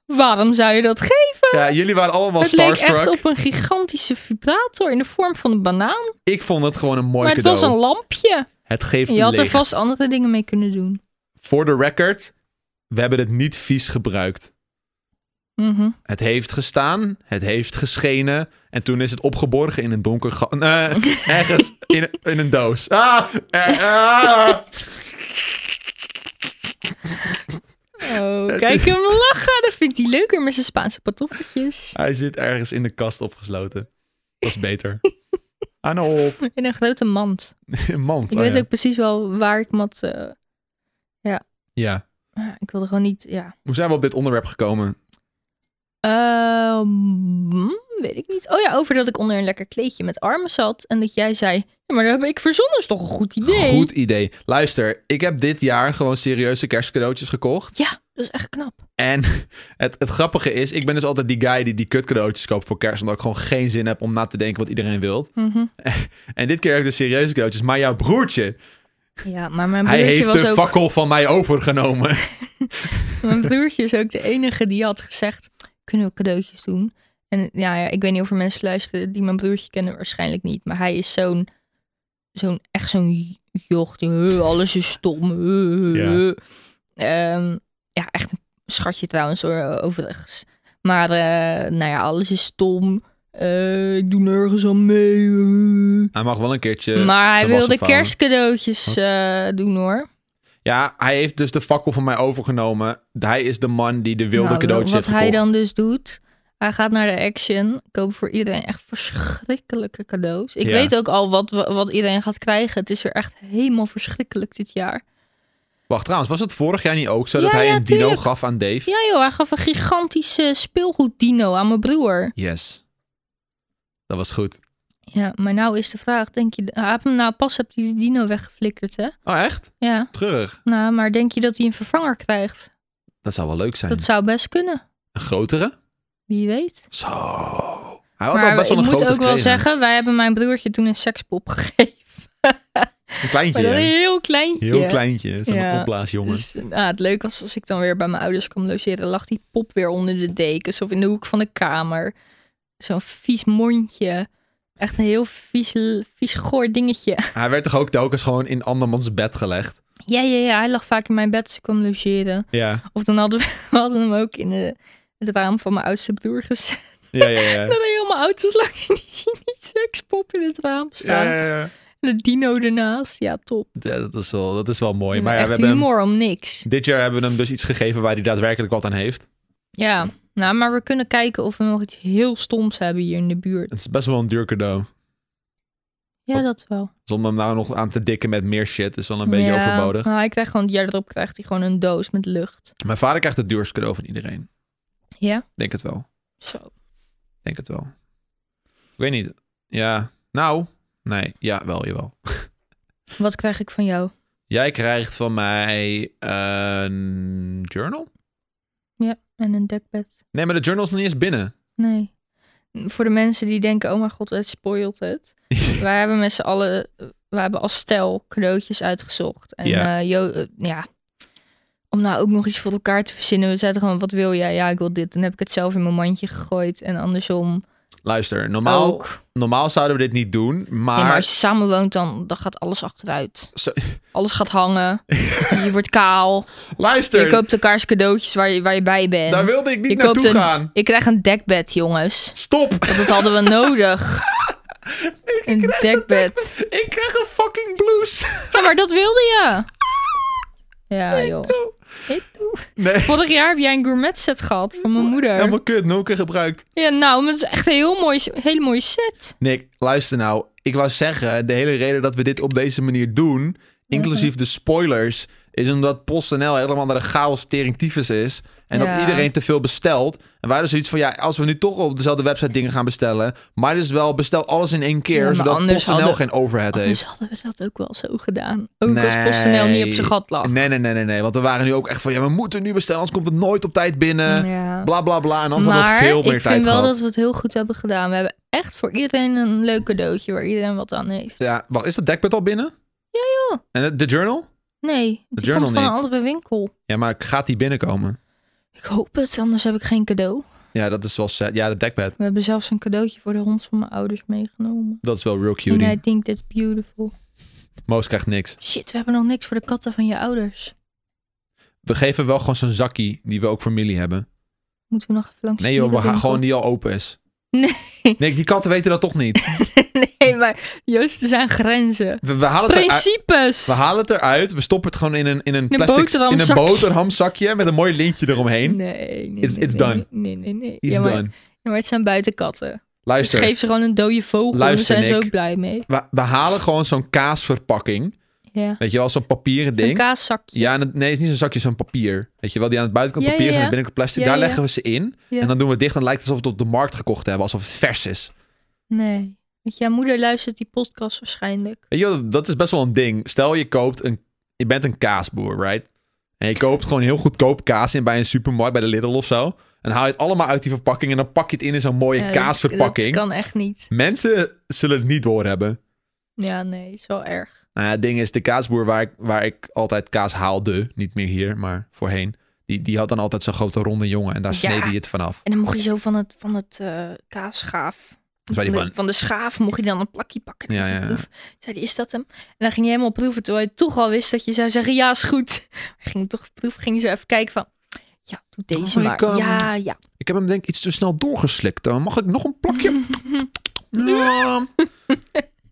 Speaker 1: Waarom zou je dat geven?
Speaker 2: jullie waren allemaal
Speaker 1: het leek
Speaker 2: starstruck.
Speaker 1: echt op een gigantische vibrator in de vorm van een banaan.
Speaker 2: Ik vond het gewoon een mooi
Speaker 1: maar het
Speaker 2: cadeau.
Speaker 1: was een lampje.
Speaker 2: Het geeft
Speaker 1: En je had er
Speaker 2: licht.
Speaker 1: vast andere dingen mee kunnen doen.
Speaker 2: Voor de record, we hebben het niet vies gebruikt.
Speaker 1: Mhm.
Speaker 2: Het heeft gestaan, het heeft geschenen. En toen is het opgeborgen in een donker gat. ergens in, in een doos. Ah, eh, ah.
Speaker 1: Oh, kijk hem lachen. Dat vindt hij leuker met zijn Spaanse pantoffeltjes.
Speaker 2: Hij zit ergens in de kast opgesloten. Dat is beter. Aan op.
Speaker 1: In een grote mand.
Speaker 2: Een mand.
Speaker 1: Ik
Speaker 2: oh
Speaker 1: weet
Speaker 2: ja.
Speaker 1: ook precies wel waar ik mat... eh,
Speaker 2: Ja.
Speaker 1: ah, ik wilde gewoon niet... Ja.
Speaker 2: Hoe zijn we op dit onderwerp gekomen?
Speaker 1: Ehm, mm, weet ik niet. Oh ja, over dat ik onder een lekker kleedje met armen zat. En dat jij zei... Ja, maar dat heb ik verzonnen. is toch een goed idee?
Speaker 2: Goed idee. Luister, ik heb dit jaar gewoon serieuze kerstcadeautjes gekocht.
Speaker 1: Ja, dat is echt knap.
Speaker 2: En het, het grappige is, ik ben dus altijd die guy die die kutcadeautjes koopt voor kerst. Omdat ik gewoon geen zin heb om na te denken wat iedereen wil.
Speaker 1: Mhm.
Speaker 2: En dit keer heb ik dus serieuze cadeautjes. Maar jouw broertje,
Speaker 1: Ja, maar mijn
Speaker 2: hij
Speaker 1: broertje
Speaker 2: heeft
Speaker 1: was
Speaker 2: de
Speaker 1: ook...
Speaker 2: fakkel van mij overgenomen.
Speaker 1: Mijn broertje is ook de enige die had gezegd: kunnen we cadeautjes doen? En ja, ja, ik weet niet of er mensen luisteren die mijn broertje kennen, waarschijnlijk niet. Maar hij is zo'n, zo'n echt zo'n j- joch. die, "Huh, alles is stom. huh,
Speaker 2: Ja.
Speaker 1: huh." Ehm, ja, echt een schatje trouwens hoor, overigens. Maar eh, nou ja, alles is stom. Eh, ik doe nergens aan mee. huh.
Speaker 2: Hij mag wel een keertje.
Speaker 1: maar hij
Speaker 2: zijn Eh, wassen
Speaker 1: wilde
Speaker 2: vouwen.
Speaker 1: kerstcadeautjes eh, doen hoor.
Speaker 2: Ja, hij heeft dus de fakkel van mij overgenomen. Hij is de man die de wilde
Speaker 1: Nou,
Speaker 2: cadeautjes
Speaker 1: Wat
Speaker 2: heeft
Speaker 1: hij
Speaker 2: gekocht.
Speaker 1: dan dus doet, hij gaat naar de Action, koopt voor iedereen echt verschrikkelijke cadeaus. Ik
Speaker 2: Ja.
Speaker 1: weet ook al wat, we- wat iedereen gaat krijgen. Het is er echt helemaal verschrikkelijk dit jaar.
Speaker 2: Wacht, trouwens, was het vorig jaar niet ook zo dat
Speaker 1: Ja,
Speaker 2: hij
Speaker 1: ja,
Speaker 2: een dino
Speaker 1: tuurlijk.
Speaker 2: gaf aan Dave?
Speaker 1: Ja joh, hij gaf een gigantische speelgoeddino aan mijn broer.
Speaker 2: Yes. Dat was goed.
Speaker 1: Ja, maar nou is de vraag, denk je, hij heeft hem nou pas hebt hij die dino weggeflikkerd hè?
Speaker 2: Oh, echt?
Speaker 1: Ja,
Speaker 2: Treurig.
Speaker 1: nou, maar denk je dat hij een vervanger krijgt?
Speaker 2: Dat zou wel leuk zijn.
Speaker 1: Dat zou best kunnen,
Speaker 2: Een grotere? Zo.
Speaker 1: wie weet.
Speaker 2: Hij had al
Speaker 1: maar
Speaker 2: best
Speaker 1: ik
Speaker 2: wel een
Speaker 1: moet ook
Speaker 2: grote
Speaker 1: wel
Speaker 2: gekregen.
Speaker 1: zeggen, wij hebben mijn broertje toen een sekspop gegeven.
Speaker 2: Een kleintje.
Speaker 1: Maar dan een
Speaker 2: hè?
Speaker 1: heel kleintje.
Speaker 2: Heel kleintje. Zo'n
Speaker 1: Ja.
Speaker 2: opblaasjongen.
Speaker 1: Dus, nou, het leuke was als ik dan weer bij mijn ouders kwam logeren, lag die pop weer onder de dekens of in de hoek van de kamer. Zo'n vies mondje. Echt een heel vies, vies goor dingetje.
Speaker 2: Hij werd toch ook telkens gewoon in andermans bed gelegd?
Speaker 1: Ja, ja, ja. Hij lag vaak in mijn bed als ik kwam logeren.
Speaker 2: Ja.
Speaker 1: Of dan hadden we, we hadden hem ook in de, het raam van mijn oudste broer gezet.
Speaker 2: Ja, ja, ja.
Speaker 1: Dan heel mijn ouders langs en die zien die sekspop in het raam
Speaker 2: Ja,
Speaker 1: staan.
Speaker 2: ja, ja.
Speaker 1: En de dino ernaast. Ja, top.
Speaker 2: Ja, dat, is wel, dat is wel mooi. Maar Oh, ja,
Speaker 1: Echt
Speaker 2: we hebben hem-
Speaker 1: humor om niks.
Speaker 2: dit jaar hebben we hem dus iets gegeven waar hij daadwerkelijk wat aan heeft.
Speaker 1: Ja, nou, maar we kunnen kijken of we nog iets heel stoms hebben hier in de buurt.
Speaker 2: Het is best wel een duur cadeau.
Speaker 1: Ja, dat wel.
Speaker 2: Dus om hem nou nog aan te dikken met meer shit is wel een beetje
Speaker 1: Ja,
Speaker 2: overbodig.
Speaker 1: Nou, hij krijgt gewoon, het jaar erop krijgt hij gewoon een doos met lucht.
Speaker 2: Mijn vader krijgt het duurste cadeau van iedereen.
Speaker 1: Ja?
Speaker 2: Denk het wel.
Speaker 1: Zo.
Speaker 2: Denk het wel. Ik weet niet. Ja. Nou. Nee. Ja, wel, jawel.
Speaker 1: Wat krijg ik van jou?
Speaker 2: Jij krijgt van mij een journal?
Speaker 1: En een dekbed?
Speaker 2: Nee, maar de journal is nog niet eens binnen.
Speaker 1: Nee. Voor de mensen die denken, oh mijn god, het spoilt het. wij hebben met z'n allen, we hebben als stel cadeautjes uitgezocht. En
Speaker 2: Ja.
Speaker 1: eh, Jo, eh, ja, om nou ook nog iets voor elkaar te verzinnen. We zeiden gewoon, wat wil jij? Ja, ik wil dit. Dan heb ik het zelf in mijn mandje gegooid. En andersom
Speaker 2: Luister, normaal,
Speaker 1: ook.
Speaker 2: normaal zouden we dit niet doen, maar...
Speaker 1: Ja, maar als je samen woont, dan, dan gaat alles achteruit.
Speaker 2: Zo-
Speaker 1: Alles gaat hangen. je wordt kaal.
Speaker 2: Luister,
Speaker 1: Je koopt elkaars cadeautjes waar je, waar je bij bent.
Speaker 2: daar wilde ik niet
Speaker 1: je koopt
Speaker 2: naartoe
Speaker 1: een-
Speaker 2: gaan.
Speaker 1: Ik krijg een dekbed, jongens.
Speaker 2: Stop!
Speaker 1: Want dat hadden we nodig. Een dekbed.
Speaker 2: ik krijg een fucking blouse.
Speaker 1: Ja, maar dat wilde
Speaker 2: Ah!
Speaker 1: je. Ja, joh. Ik doe.
Speaker 2: Nee,
Speaker 1: Vorig jaar heb jij een gourmet set gehad van mijn moeder.
Speaker 2: helemaal kut. Nul keer gebruikt.
Speaker 1: Ja, nou, maar dat is echt een heel mooi, hele mooie set.
Speaker 2: Nick, luister nou. Ik wou zeggen, de hele reden dat we dit op deze manier doen, inclusief de spoilers, is omdat PostNL helemaal naar de chaos tering tyfus is. En dat
Speaker 1: Ja.
Speaker 2: iedereen te veel bestelt. En wij hadden zoiets van, ja, als we nu toch op dezelfde website dingen gaan bestellen, maar dus wel, bestel alles in één
Speaker 1: Ja,
Speaker 2: keer,
Speaker 1: maar
Speaker 2: zodat
Speaker 1: anders
Speaker 2: PostNL
Speaker 1: hadden-
Speaker 2: geen overhead
Speaker 1: Dus
Speaker 2: heeft.
Speaker 1: hadden we dat ook wel zo gedaan. Ook als
Speaker 2: Nee.
Speaker 1: PostNL niet op zijn gat lag.
Speaker 2: Nee, nee, nee, nee, nee. Want we waren nu ook echt van, ja, we moeten nu bestellen, anders komt het nooit op tijd binnen.
Speaker 1: Ja.
Speaker 2: Bla, bla, bla. En anders hadden
Speaker 1: maar
Speaker 2: we veel meer
Speaker 1: ik
Speaker 2: tijd
Speaker 1: vind wel
Speaker 2: gehad.
Speaker 1: dat we het heel goed hebben gedaan. We hebben echt voor iedereen een leuk cadeautje waar iedereen wat aan heeft.
Speaker 2: Ja, wacht, is dat dekbed al binnen?
Speaker 1: Ja, joh.
Speaker 2: En de- de journal?
Speaker 1: Nee,
Speaker 2: De
Speaker 1: die
Speaker 2: journal
Speaker 1: komt van een
Speaker 2: niet.
Speaker 1: andere winkel.
Speaker 2: Ja, maar gaat die binnenkomen?
Speaker 1: Ik hoop het, anders heb ik geen cadeau.
Speaker 2: Ja, dat is wel sad. Ja, de dekbed.
Speaker 1: We hebben zelfs een cadeautje voor de hond van mijn ouders meegenomen.
Speaker 2: Dat is wel real
Speaker 1: En
Speaker 2: cutie.
Speaker 1: I think that's beautiful.
Speaker 2: Moos krijgt niks.
Speaker 1: Shit, we hebben nog niks voor de katten van je ouders.
Speaker 2: We geven wel gewoon zo'n zakkie die we ook voor Millie hebben.
Speaker 1: Moeten we nog even langs
Speaker 2: Nee
Speaker 1: de
Speaker 2: joh, we gaan
Speaker 1: dierenwinkel?
Speaker 2: gewoon die al open is.
Speaker 1: Nee.
Speaker 2: Nick, die katten weten dat toch niet.
Speaker 1: Nee, maar Joost, er zijn grenzen.
Speaker 2: We, we halen, het eruit,
Speaker 1: Principes!
Speaker 2: we halen het eruit. We stoppen het gewoon in een, in een
Speaker 1: een
Speaker 2: plastic... in een
Speaker 1: boterhamzakje.
Speaker 2: boterhamzakje met een mooi lintje eromheen.
Speaker 1: Nee, nee,
Speaker 2: It's-
Speaker 1: nee,
Speaker 2: it's
Speaker 1: nee,
Speaker 2: done.
Speaker 1: Nee, nee, nee.
Speaker 2: Is
Speaker 1: Ja, maar,
Speaker 2: done.
Speaker 1: ja, maar het zijn buitenkatten. Dus
Speaker 2: Luister,
Speaker 1: geef ze gewoon een dode vogel.
Speaker 2: Luister,
Speaker 1: Daar zijn ze
Speaker 2: Nick.
Speaker 1: ook blij mee.
Speaker 2: we, we halen gewoon zo'n kaasverpakking.
Speaker 1: Ja.
Speaker 2: Weet je wel, zo'n papieren
Speaker 1: Een
Speaker 2: ding.
Speaker 1: kaaszakje.
Speaker 2: Ja, en het- nee, het is niet zo'n zakje, zo'n papier. Weet je wel, die aan het buitenkant
Speaker 1: Ja, ja,
Speaker 2: papier is en aan
Speaker 1: ja.
Speaker 2: de binnenkant plastic.
Speaker 1: Ja,
Speaker 2: Daar
Speaker 1: ja,
Speaker 2: leggen we ze in.
Speaker 1: Ja.
Speaker 2: En dan doen we het dicht en dan lijkt het alsof we het op de markt gekocht hebben. Alsof het vers is.
Speaker 1: Nee. Want jouw moeder luistert die podcast waarschijnlijk.
Speaker 2: Weet je wel, dat is best wel een ding. Stel, je koopt een... Je bent een kaasboer, right? En je koopt gewoon heel goedkoop kaas in bij een supermarkt, bij de Lidl of zo. En haal je het allemaal uit die verpakking en dan pak je het in in zo'n mooie
Speaker 1: Ja, dat-
Speaker 2: kaasverpakking.
Speaker 1: Eh, Dat kan echt niet.
Speaker 2: Mensen zullen het niet doorhebben.
Speaker 1: Ja, nee, is wel erg.
Speaker 2: Nou ja, het ding is, de kaasboer waar ik, waar ik altijd kaas haalde, niet meer hier, maar voorheen, die, die had dan altijd zo'n grote ronde jongen en daar
Speaker 1: Ja.
Speaker 2: sneed hij het vanaf.
Speaker 1: En dan mocht je zo van het, van het eh kaasschaaf.
Speaker 2: Dus waar die
Speaker 1: van,
Speaker 2: van-
Speaker 1: de, van de schaaf mocht je dan een plakje pakken.
Speaker 2: Ja, ja, ja.
Speaker 1: Proef. Zei die, is dat hem? En dan ging je helemaal proeven, terwijl je toch al wist dat je zou zeggen, ja, is goed. Hij ging toch proeven, ging zo even kijken van, ja, doe deze
Speaker 2: Oh, ik,
Speaker 1: maar.
Speaker 2: ehm,
Speaker 1: Ja, ja.
Speaker 2: Ik heb hem denk ik iets te snel doorgeslikt. Dan mag ik nog een plakje? Ja.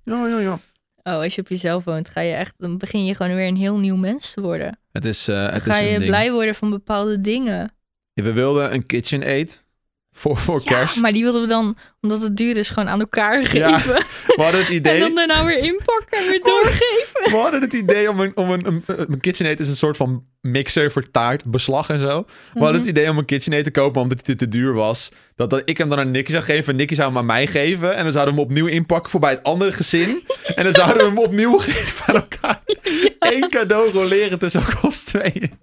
Speaker 2: ja, ja, ja.
Speaker 1: Oh, als je op jezelf woont, ga je echt, dan begin je gewoon weer een heel nieuw mens te worden.
Speaker 2: Het is, eh,
Speaker 1: Dan
Speaker 2: het
Speaker 1: ga
Speaker 2: is een
Speaker 1: je
Speaker 2: ding.
Speaker 1: blij worden van bepaalde dingen.
Speaker 2: We wilden een KitchenAid voor, voor kerst.
Speaker 1: Maar die wilden we dan, omdat het duur is, gewoon aan elkaar geven.
Speaker 2: We hadden het
Speaker 1: En
Speaker 2: idee,
Speaker 1: dan daarna weer inpakken en
Speaker 2: Oh.
Speaker 1: weer doorgeven.
Speaker 2: we hadden het idee om een, om een, een, een KitchenAid is een soort van mixer voor taart, beslag en zo. We hadden
Speaker 1: Mhm.
Speaker 2: het idee om een KitchenAid te kopen, maar omdat hij te duur was. Dat, dat ik hem dan aan Nicky zou geven en Nicky zou hem aan mij geven. En dan zouden we hem opnieuw inpakken voor bij het andere gezin. En dan zouden we hem opnieuw geven aan elkaar. Eén cadeau roleren tussen ook ons tweeën.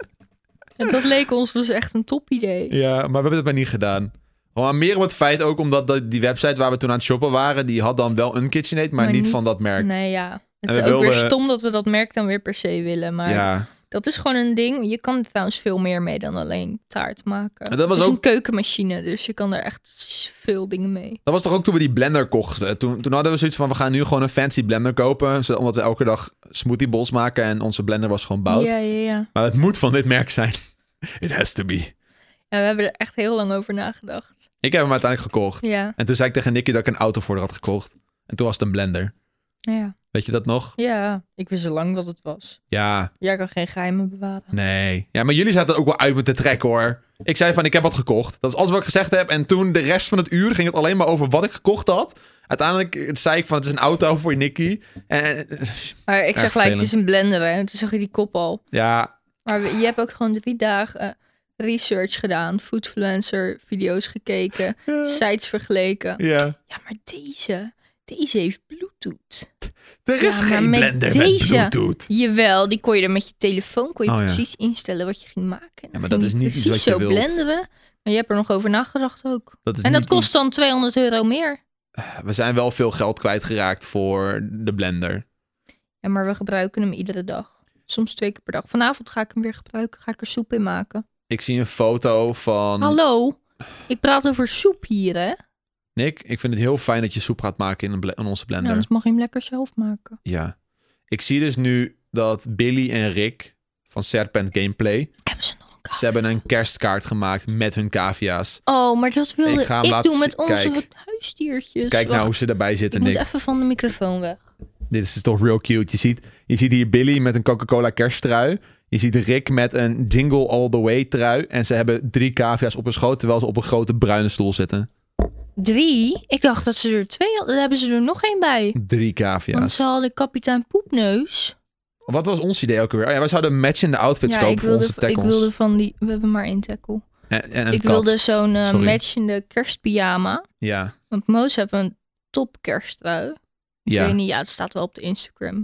Speaker 1: En dat leek ons dus echt een top idee.
Speaker 2: Ja, maar we hebben het maar niet gedaan. Maar meer om het feit ook omdat dat- die website waar we toen aan het shoppen waren, die had dan wel een KitchenAid, maar,
Speaker 1: Maar
Speaker 2: niet
Speaker 1: niet-
Speaker 2: van dat merk.
Speaker 1: Nee, ja. Het
Speaker 2: En
Speaker 1: is
Speaker 2: we
Speaker 1: ook weer
Speaker 2: wilden-
Speaker 1: stom dat we dat merk dan weer per se willen. Maar
Speaker 2: Ja,
Speaker 1: dat is gewoon een ding. Je kan er trouwens veel meer mee dan alleen taart maken.
Speaker 2: En dat was
Speaker 1: het is
Speaker 2: ook-
Speaker 1: een keukenmachine, dus je kan er echt s- veel dingen mee.
Speaker 2: dat was toch ook toen we die blender kochten. Toen, toen hadden we zoiets van, we gaan nu gewoon een fancy blender kopen, zodat, omdat we elke dag smoothie bowls maken en onze blender was gewoon bout.
Speaker 1: Ja, ja, ja.
Speaker 2: Maar het moet van dit merk zijn. It has to be.
Speaker 1: En we hebben er echt heel lang over nagedacht.
Speaker 2: Ik heb hem uiteindelijk gekocht.
Speaker 1: Ja,
Speaker 2: En toen zei ik tegen Nicky dat ik een auto voor haar had gekocht. En toen was het een blender.
Speaker 1: ja.
Speaker 2: Weet je dat nog?
Speaker 1: Ja, ik wist al lang wat het was.
Speaker 2: Ja,
Speaker 1: Jij kan geen geheimen bewaren.
Speaker 2: nee. Ja, maar jullie zaten ook wel uit met de trek hoor. Ik zei van, ik heb wat gekocht. Dat is alles wat ik gezegd heb. En toen de rest van het uur ging het alleen maar over wat ik gekocht had. Uiteindelijk eh, zei ik van, het is een auto voor Nicky. En eh,
Speaker 1: Maar ik
Speaker 2: Erg
Speaker 1: zeg gelijk, het
Speaker 2: vervelend.
Speaker 1: is een blender. Hè? En Toen zag je die kop al.
Speaker 2: ja,
Speaker 1: Maar we- je hebt ook gewoon drie dagen eh, research gedaan. Foodfluencer video's gekeken.
Speaker 2: ja,
Speaker 1: Sites vergeleken.
Speaker 2: ja.
Speaker 1: Ja, maar deze. Deze heeft Bluetooth.
Speaker 2: Er
Speaker 1: Ja,
Speaker 2: is
Speaker 1: maar
Speaker 2: geen
Speaker 1: met
Speaker 2: blender
Speaker 1: deze-
Speaker 2: met Bluetooth.
Speaker 1: Jawel, die kon je dan met je telefoon kon je
Speaker 2: Oh, ja.
Speaker 1: precies instellen wat je ging maken.
Speaker 2: Ja, maar
Speaker 1: Dan ging
Speaker 2: dat is
Speaker 1: je
Speaker 2: niet iets
Speaker 1: precies
Speaker 2: wat je
Speaker 1: zo
Speaker 2: wilt.
Speaker 1: blenderen. Maar je hebt er nog over nagedacht ook.
Speaker 2: Dat is
Speaker 1: en dat
Speaker 2: niet
Speaker 1: kost
Speaker 2: iets-
Speaker 1: dan 200 euro meer.
Speaker 2: We zijn wel veel geld kwijtgeraakt voor de blender.
Speaker 1: Ja, maar we gebruiken hem iedere dag. Soms twee keer per dag. Vanavond ga ik hem weer gebruiken. Ga ik er soep in maken.
Speaker 2: Ik zie een foto van...
Speaker 1: Hallo? Ik praat over soep hier, hè?
Speaker 2: Nick, ik vind het heel fijn dat je soep gaat maken in, een ble- in onze blender.
Speaker 1: Nou, anders mag je hem lekker zelf maken.
Speaker 2: Ja. Ik zie dus nu dat Billy en Rick van Serpent Gameplay...
Speaker 1: Hebben ze nog een kaas?
Speaker 2: Ze hebben een kerstkaart gemaakt met hun cavia's.
Speaker 1: Oh, maar dat wilde
Speaker 2: Ik
Speaker 1: ik,
Speaker 2: ga hem laten
Speaker 1: doen met
Speaker 2: zien.
Speaker 1: onze
Speaker 2: Kijk.
Speaker 1: huisdiertjes.
Speaker 2: Kijk nou
Speaker 1: Dus Wacht,
Speaker 2: hoe ze erbij zitten,
Speaker 1: Ik moet
Speaker 2: Nick.
Speaker 1: even van de microfoon weg.
Speaker 2: Dit is toch real cute. Je ziet, je ziet hier Billy met een Coca-Cola kersttrui. Je ziet Rick met een Jingle All The Way trui. En ze hebben drie cavia's op hun schoot, terwijl ze op een grote bruine stoel zitten.
Speaker 1: Drie? Ik dacht dat ze er twee hadden. Daar hebben ze er nog één bij.
Speaker 2: Drie
Speaker 1: Want
Speaker 2: cavia's.
Speaker 1: ze hadden kapitein Poepneus.
Speaker 2: Wat was ons idee ook weer? Oh ja, wij zouden matchende outfits
Speaker 1: ja, ik
Speaker 2: kopen voor
Speaker 1: wilde,
Speaker 2: onze
Speaker 1: ik
Speaker 2: tackles.
Speaker 1: wilde van die... We hebben maar één tackle.
Speaker 2: En, en een
Speaker 1: ik
Speaker 2: kat.
Speaker 1: wilde zo'n eh,
Speaker 2: Sorry.
Speaker 1: matchende kerstpyjama.
Speaker 2: Ja,
Speaker 1: Want Moos heeft een top kersttrui. Ja. Ik
Speaker 2: ja.
Speaker 1: weet niet, ja, het staat wel op de Instagram.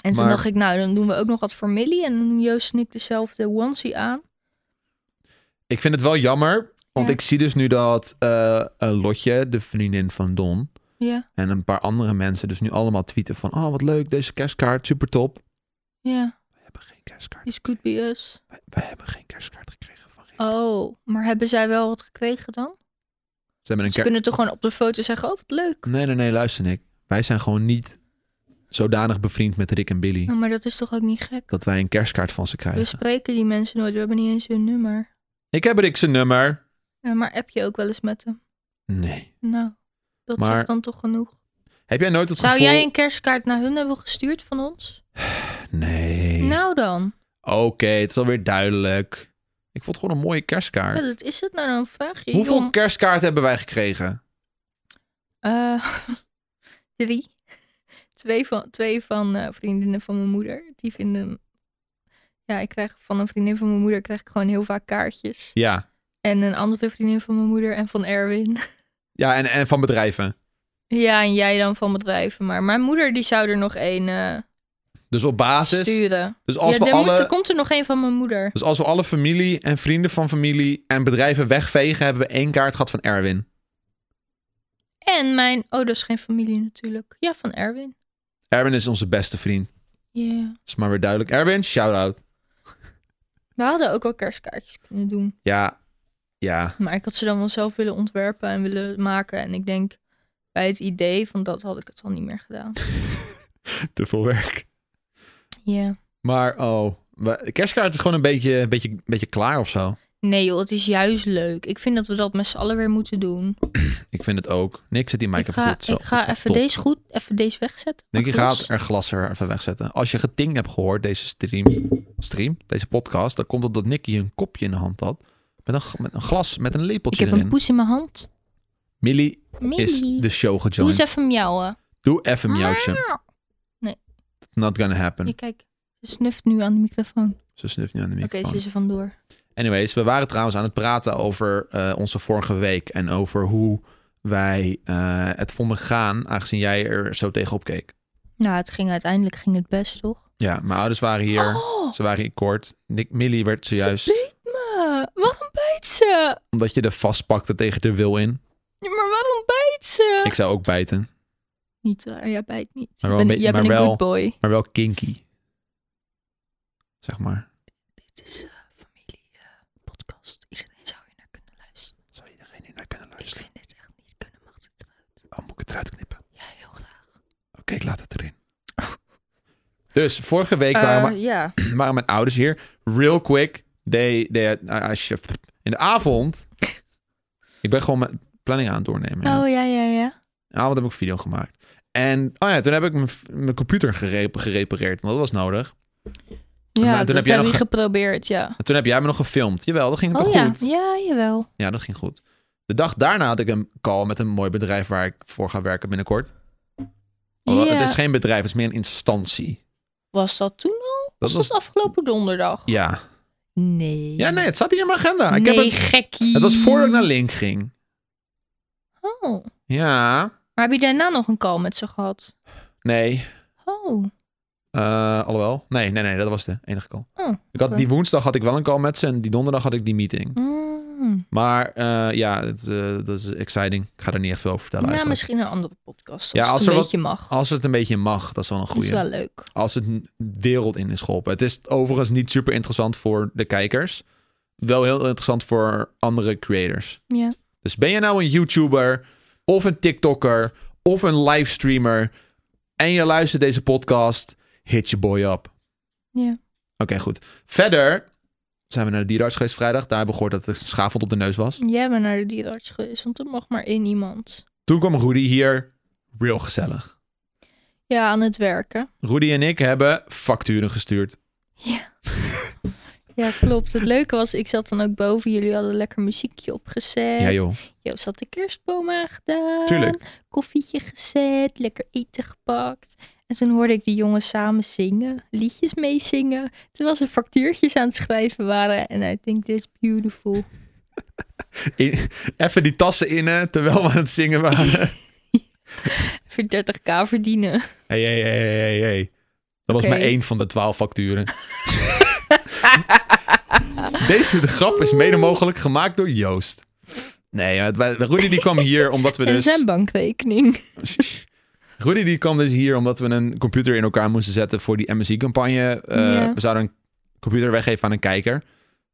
Speaker 1: En toen
Speaker 2: Maar-
Speaker 1: dacht ik, nou, dan doen we ook nog wat voor Millie. En dan doen Joost en ik dezelfde onesie aan.
Speaker 2: Ik vind het wel jammer, want
Speaker 1: Ja.
Speaker 2: ik zie dus nu dat eh, eh, Lotje, de vriendin van Don,
Speaker 1: Ja,
Speaker 2: en een paar andere mensen dus nu allemaal tweeten van... Oh, wat leuk, deze kerstkaart, super top.
Speaker 1: ja.
Speaker 2: We hebben geen kerstkaart.
Speaker 1: This could be us.
Speaker 2: Wij, wij hebben geen kerstkaart gekregen van Rick.
Speaker 1: Oh, maar hebben zij wel wat gekregen dan?
Speaker 2: Ze hebben een
Speaker 1: Ze
Speaker 2: kerst...
Speaker 1: kunnen toch gewoon op de foto zeggen, oh, wat leuk.
Speaker 2: Nee, nee, nee, luister Nick. Wij zijn gewoon niet zodanig bevriend met Rick en Billy...
Speaker 1: Nou, maar dat is toch ook niet gek?
Speaker 2: dat wij een kerstkaart van ze
Speaker 1: We
Speaker 2: krijgen.
Speaker 1: spreken die mensen nooit, we hebben niet eens hun nummer.
Speaker 2: Ik heb Rick zijn nummer.
Speaker 1: Ja, maar app je ook wel eens met hem?
Speaker 2: Nee.
Speaker 1: Nou, dat
Speaker 2: Maar-
Speaker 1: zegt dan toch genoeg.
Speaker 2: Heb jij nooit het
Speaker 1: Zou
Speaker 2: gevoel...
Speaker 1: jij een kerstkaart naar hun hebben gestuurd van ons?
Speaker 2: Nee.
Speaker 1: Nou dan.
Speaker 2: Oké, het is alweer duidelijk. Ik vond het gewoon een mooie kerstkaart.
Speaker 1: Ja, dat is het nou dan. Vraag je
Speaker 2: Hoeveel
Speaker 1: jong.
Speaker 2: kerstkaarten hebben wij gekregen?
Speaker 1: Eh, drie. Twee van, twee van eh, vriendinnen van mijn moeder. Die vinden... Ja, ik krijg van een vriendin van mijn moeder krijg ik gewoon heel vaak kaartjes.
Speaker 2: Ja.
Speaker 1: En een andere vriendin van mijn moeder en van Erwin.
Speaker 2: Ja, en, en van bedrijven.
Speaker 1: ja, en jij dan van bedrijven. Maar mijn moeder die zou er nog één eh,
Speaker 2: Dus op basis...
Speaker 1: sturen.
Speaker 2: Dus als,
Speaker 1: ja,
Speaker 2: we
Speaker 1: er, moet-
Speaker 2: alle,
Speaker 1: er komt er nog één van mijn moeder.
Speaker 2: dus als we alle familie en vrienden van familie en bedrijven wegvegen, hebben we één kaart gehad van Erwin.
Speaker 1: En mijn... Oh, dat is geen familie natuurlijk. Ja, van Erwin.
Speaker 2: Erwin is onze beste vriend.
Speaker 1: Ja.
Speaker 2: Dat is maar weer duidelijk. Erwin, shout-out.
Speaker 1: We hadden ook al kerstkaartjes kunnen doen.
Speaker 2: Ja, ja.
Speaker 1: Maar ik had ze dan wel zelf willen ontwerpen en willen maken. En ik denk, bij het idee van dat had ik het al niet meer gedaan.
Speaker 2: Te veel werk.
Speaker 1: Ja.
Speaker 2: Maar oh, we- de kerstkaart is gewoon een beetje, een beetje, een beetje klaar of zo.
Speaker 1: Nee joh, het is juist leuk. Ik vind dat we dat met z'n allen weer moeten doen.
Speaker 2: Ik vind het ook. Nick zet die mic
Speaker 1: ik
Speaker 2: even
Speaker 1: ga,
Speaker 2: goed. Zo,
Speaker 1: ik ga
Speaker 2: goed,
Speaker 1: even
Speaker 2: top.
Speaker 1: deze goed, even deze wegzetten.
Speaker 2: Nick, je
Speaker 1: Mag los?
Speaker 2: gaat er glas er even wegzetten. Als je geting hebt gehoord, deze stream, stream, deze podcast, dan komt het dat Nicky een kopje in de hand had. Met een, g- met een glas, met een
Speaker 1: Ik
Speaker 2: lepeltje
Speaker 1: heb een
Speaker 2: erin.
Speaker 1: poes in mijn hand.
Speaker 2: Millie is
Speaker 1: Millie.
Speaker 2: de show
Speaker 1: Doe eens
Speaker 2: gejoined.
Speaker 1: even Ah. miauwen.
Speaker 2: Doe even miauwtje.
Speaker 1: Miauw.
Speaker 2: Not gonna happen.
Speaker 1: Ja, kijk, ze snuft nu aan de microfoon.
Speaker 2: Ze snuft nu aan de
Speaker 1: Oké,
Speaker 2: microfoon.
Speaker 1: ze is er vandoor.
Speaker 2: Anyways, we waren trouwens aan het praten over eh, onze vorige week. En over hoe wij eh, het vonden gaan, aangezien jij er zo tegenop keek.
Speaker 1: Nou, het ging uiteindelijk ging het best, toch?
Speaker 2: Ja, mijn ouders waren hier.
Speaker 1: Oh,
Speaker 2: Ze waren hier kort. Nick Millie werd
Speaker 1: ze
Speaker 2: zojuist,
Speaker 1: beet me. Waarom beet ze?
Speaker 2: omdat je er vastpakte tegen de wil in.
Speaker 1: Ja, maar waarom bijt ze?
Speaker 2: Ik zou ook bijten.
Speaker 1: Niet waar, jij bijt niet.
Speaker 2: Maar
Speaker 1: Jij
Speaker 2: wel een
Speaker 1: bent-
Speaker 2: be-
Speaker 1: jij
Speaker 2: maar
Speaker 1: bent een
Speaker 2: wel-
Speaker 1: good boy.
Speaker 2: Maar wel kinky. Zeg maar.
Speaker 1: Dit is eh, familiepodcast. Iedereen zou hier naar kunnen luisteren.
Speaker 2: Zou iedereen hier naar kunnen
Speaker 1: Ik
Speaker 2: luisteren?
Speaker 1: vind dit echt niet kunnen, mag dit eruit?
Speaker 2: Oh, moet ik het eruit knippen? Oké,
Speaker 1: Ja, heel graag.
Speaker 2: ik laat het erin. Dus vorige week waren, we-
Speaker 1: Eh, ja.
Speaker 2: waren mijn ouders hier. Real quick. They, they, I- I shift. in de avond. ik ben gewoon mijn planning aan het doornemen. ja.
Speaker 1: Oh, ja, ja, ja.
Speaker 2: In de avond heb ik een video gemaakt. En oh ja, toen heb ik mijn, mijn computer gerep- gerepareerd. Want dat was nodig.
Speaker 1: Ja,
Speaker 2: maar toen
Speaker 1: dat
Speaker 2: heb jij
Speaker 1: heb
Speaker 2: nog
Speaker 1: je
Speaker 2: ge-
Speaker 1: geprobeerd, ja.
Speaker 2: En toen heb jij me nog gefilmd. Jawel, dat ging toch
Speaker 1: Oh ja,
Speaker 2: goed?
Speaker 1: ja, jawel.
Speaker 2: Ja, dat ging goed. De dag daarna had ik een call met een mooi bedrijf waar ik voor ga werken binnenkort. Alhoewel,
Speaker 1: Ja.
Speaker 2: Oh, Het is geen bedrijf, het is meer een instantie.
Speaker 1: Was dat toen al?
Speaker 2: Dat was.
Speaker 1: afgelopen donderdag?
Speaker 2: Ja.
Speaker 1: Nee.
Speaker 2: Ja, nee, het staat hier in mijn agenda. Ik
Speaker 1: nee,
Speaker 2: heb het,
Speaker 1: gekkie.
Speaker 2: het was voordat ik naar Link ging.
Speaker 1: Oh,
Speaker 2: Ja.
Speaker 1: Maar heb je daarna nog een call met ze gehad?
Speaker 2: Nee.
Speaker 1: Oh,
Speaker 2: eh, alhoewel. Nee, nee, nee. Dat was de enige call.
Speaker 1: Oh,
Speaker 2: ik had,
Speaker 1: oké.
Speaker 2: Die woensdag had ik wel een call met ze en die donderdag had ik die meeting.
Speaker 1: mm.
Speaker 2: Maar eh, ja, het, eh, dat is exciting. Ik ga er niet echt veel over vertellen
Speaker 1: nou,
Speaker 2: eigenlijk.
Speaker 1: misschien een andere podcast. Als
Speaker 2: Ja, als
Speaker 1: het een
Speaker 2: er wat-
Speaker 1: beetje mag.
Speaker 2: Als het een beetje mag, dat is wel een
Speaker 1: Dat is
Speaker 2: goede.
Speaker 1: wel leuk.
Speaker 2: Als het een wereld in is geholpen. Het is overigens niet super interessant voor de kijkers. Wel heel interessant voor andere creators.
Speaker 1: Ja.
Speaker 2: Dus ben je nou een YouTuber of een TikToker of een livestreamer en je luistert deze podcast, hit je boy up.
Speaker 1: Ja.
Speaker 2: Oké, goed. Verder zijn we naar de dierenarts geweest vrijdag. Daar hebben we gehoord dat er schaafwond op de neus was.
Speaker 1: Jij bent naar de dierenarts geweest, want er mag maar één iemand.
Speaker 2: Toen kwam Rudy hier. Real gezellig.
Speaker 1: Ja, aan het werken.
Speaker 2: Rudy en ik hebben facturen gestuurd.
Speaker 1: Ja. ja, klopt. Het leuke was, ik zat dan ook boven. Jullie hadden lekker muziekje opgezet.
Speaker 2: Ja joh.
Speaker 1: Yo, zat de kerstboom aangedaan.
Speaker 2: Tuurlijk.
Speaker 1: Koffietje gezet, lekker eten gepakt. En toen hoorde ik die jongens samen zingen, liedjes meezingen. Terwijl ze factuurtjes aan het schrijven waren. En I think this beautiful.
Speaker 2: In- even die tassen in hè, terwijl we aan het zingen waren.
Speaker 1: Voor 30k verdienen.
Speaker 2: Hey, hey, hey, hey, hey, hey. Dat was
Speaker 1: Oké.
Speaker 2: maar één van de twaalf facturen. Deze de grap is mede mogelijk gemaakt door Joost. Nee, maar het- wij- Rudy die kwam hier omdat we
Speaker 1: En
Speaker 2: dus...
Speaker 1: zijn bankrekening.
Speaker 2: Rudy die kwam dus hier omdat we een computer in elkaar moesten zetten voor die MSI-campagne.
Speaker 1: Ja.
Speaker 2: Eh, We zouden een computer weggeven aan een kijker.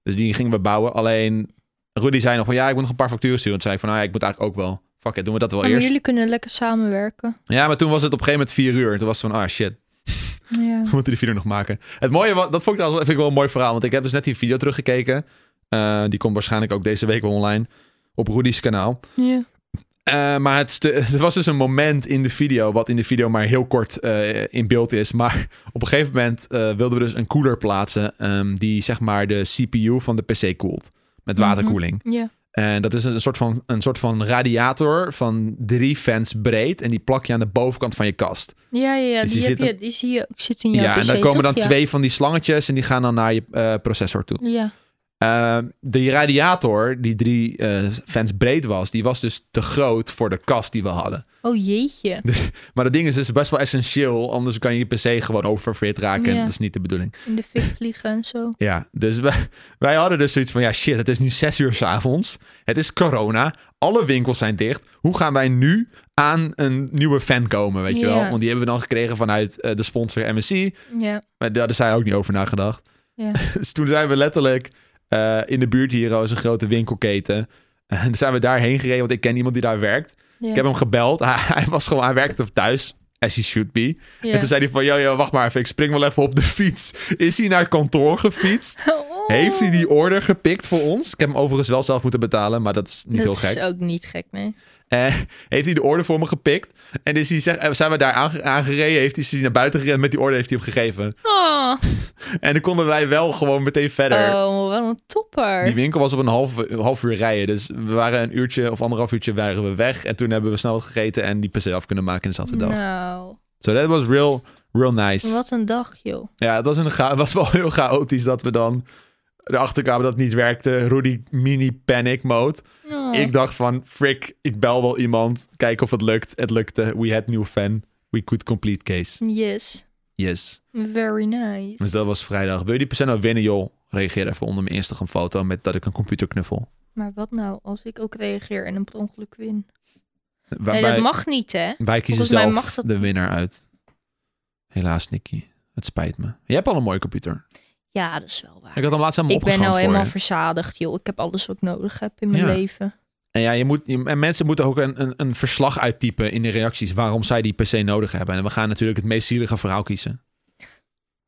Speaker 2: Dus die gingen we bouwen. Alleen Rudy zei nog van ja, ik moet nog een paar facturen sturen. Toen zei ik van nou ja, ik moet eigenlijk ook wel. Fuck it, doen we dat wel
Speaker 1: Maar
Speaker 2: eerst.
Speaker 1: jullie kunnen lekker samenwerken.
Speaker 2: Ja, maar toen was het op een gegeven moment vier uur. Toen was het van ah shit.
Speaker 1: Ja.
Speaker 2: We moeten die video nog maken. Het mooie was, dat vond ik trouwens wel- vind ik wel een mooi verhaal. Want ik heb dus net die video teruggekeken. Eh, die komt waarschijnlijk ook deze week wel online. Op Rudy's kanaal.
Speaker 1: ja.
Speaker 2: Eh, maar het, stu- het was dus een moment in de video, wat in de video maar heel kort eh, in beeld is. Maar op een gegeven moment eh, wilden we dus een koeler plaatsen. ehm, die zeg maar de CPU van de PC koelt. Met
Speaker 1: Mhm.
Speaker 2: waterkoeling.
Speaker 1: Ja.
Speaker 2: En dat is een soort, van, een soort van radiator van drie fans breed. En die plak je aan de bovenkant van je kast.
Speaker 1: Ja, ja, ja,
Speaker 2: Dus
Speaker 1: die,
Speaker 2: je
Speaker 1: heb
Speaker 2: zit
Speaker 1: je, die zie je ook zitten in
Speaker 2: Ja,
Speaker 1: jouw
Speaker 2: en
Speaker 1: PC,
Speaker 2: daar komen
Speaker 1: toch?
Speaker 2: dan twee van die slangetjes en die gaan dan naar je eh, processor toe.
Speaker 1: Ja. ja.
Speaker 2: Ehm, de radiator, die drie eh, fans breed was, die was dus te groot voor de kast die we hadden.
Speaker 1: Oh jeetje.
Speaker 2: Maar dat ding is dus best wel essentieel, anders kan je je PC gewoon oververfit raken en
Speaker 1: Ja.
Speaker 2: dat is niet de bedoeling.
Speaker 1: In de fik vliegen en zo.
Speaker 2: Ja, dus wij, wij hadden dus zoiets van, ja shit, het is nu zes uur s'avonds, het is corona, alle winkels zijn dicht. Hoe gaan wij nu aan een nieuwe fan komen, weet je wel?
Speaker 1: Ja.
Speaker 2: Want die hebben we dan gekregen vanuit eh, de sponsor MSC.
Speaker 1: Ja.
Speaker 2: Maar daar is zij ook niet over nagedacht.
Speaker 1: Ja.
Speaker 2: dus toen zijn we letterlijk eh, in de buurt hier, was een grote winkelketen. En toen zijn we daarheen gereden, want ik ken iemand die daar werkt.
Speaker 1: ja.
Speaker 2: Ik heb hem gebeld. Hij, hij was gewoon, hij werkte thuis. As he should be.
Speaker 1: ja.
Speaker 2: En toen zei hij van, yo, yo, wacht maar even. Ik spring wel even op de fiets. Is hij naar kantoor gefietst?
Speaker 1: Oh.
Speaker 2: Heeft hij die order gepikt voor ons? Ik heb hem overigens wel zelf moeten betalen, maar dat is niet heel
Speaker 1: Dat
Speaker 2: gek.
Speaker 1: is ook niet gek, nee.
Speaker 2: Eh, heeft hij de order voor me gepikt? En is hij, zeg, eh, zijn we daar aange- aangereden? Heeft hij is hij naar buiten gerend? Met die order heeft hij hem gegeven.
Speaker 1: Oh,
Speaker 2: En dan konden wij wel gewoon meteen verder.
Speaker 1: oh wel een topper.
Speaker 2: Die winkel was op een half, een half uur rijden. Dus we waren een uurtje of anderhalf uurtje waren we weg. En toen hebben we snel wat gegeten en die PC af kunnen maken in dezelfde dag.
Speaker 1: Nou,
Speaker 2: So that was real, real nice.
Speaker 1: wat een dag, joh.
Speaker 2: Ja, het was, een cha- het was wel heel chaotisch dat we dan erachter kwamen dat het niet werkte. Rudy mini panic mode.
Speaker 1: Oh.
Speaker 2: Ik dacht van, frick, ik bel wel iemand. Kijk of het lukt. Het lukte. We had new fan. We could complete case.
Speaker 1: Yes.
Speaker 2: Yes.
Speaker 1: Very nice.
Speaker 2: Dus dat was vrijdag. Wil je die PC nou winnen, joh? Reageer even onder mijn Instagram foto met dat ik een computer knuffel.
Speaker 1: Maar wat nou als ik ook reageer en een per ongeluk win?
Speaker 2: Waarbij-
Speaker 1: nee, dat mag niet, hè?
Speaker 2: Wij kiezen
Speaker 1: Volgens mij
Speaker 2: zelf
Speaker 1: mag dat
Speaker 2: de winnaar uit. Helaas, Nicky. Het spijt me. Jij hebt al een mooie computer.
Speaker 1: Ja, dat is wel waar.
Speaker 2: Ik had hem laatst helemaal
Speaker 1: Ik ben nou
Speaker 2: opgeschand voor
Speaker 1: helemaal
Speaker 2: je.
Speaker 1: verzadigd, joh. Ik heb alles wat ik nodig heb in mijn
Speaker 2: Ja.
Speaker 1: leven.
Speaker 2: En, ja, je moet, je- en mensen moeten ook een, een, een verslag uittypen in de reacties waarom zij die PC nodig hebben. En we gaan natuurlijk het meest zielige verhaal kiezen.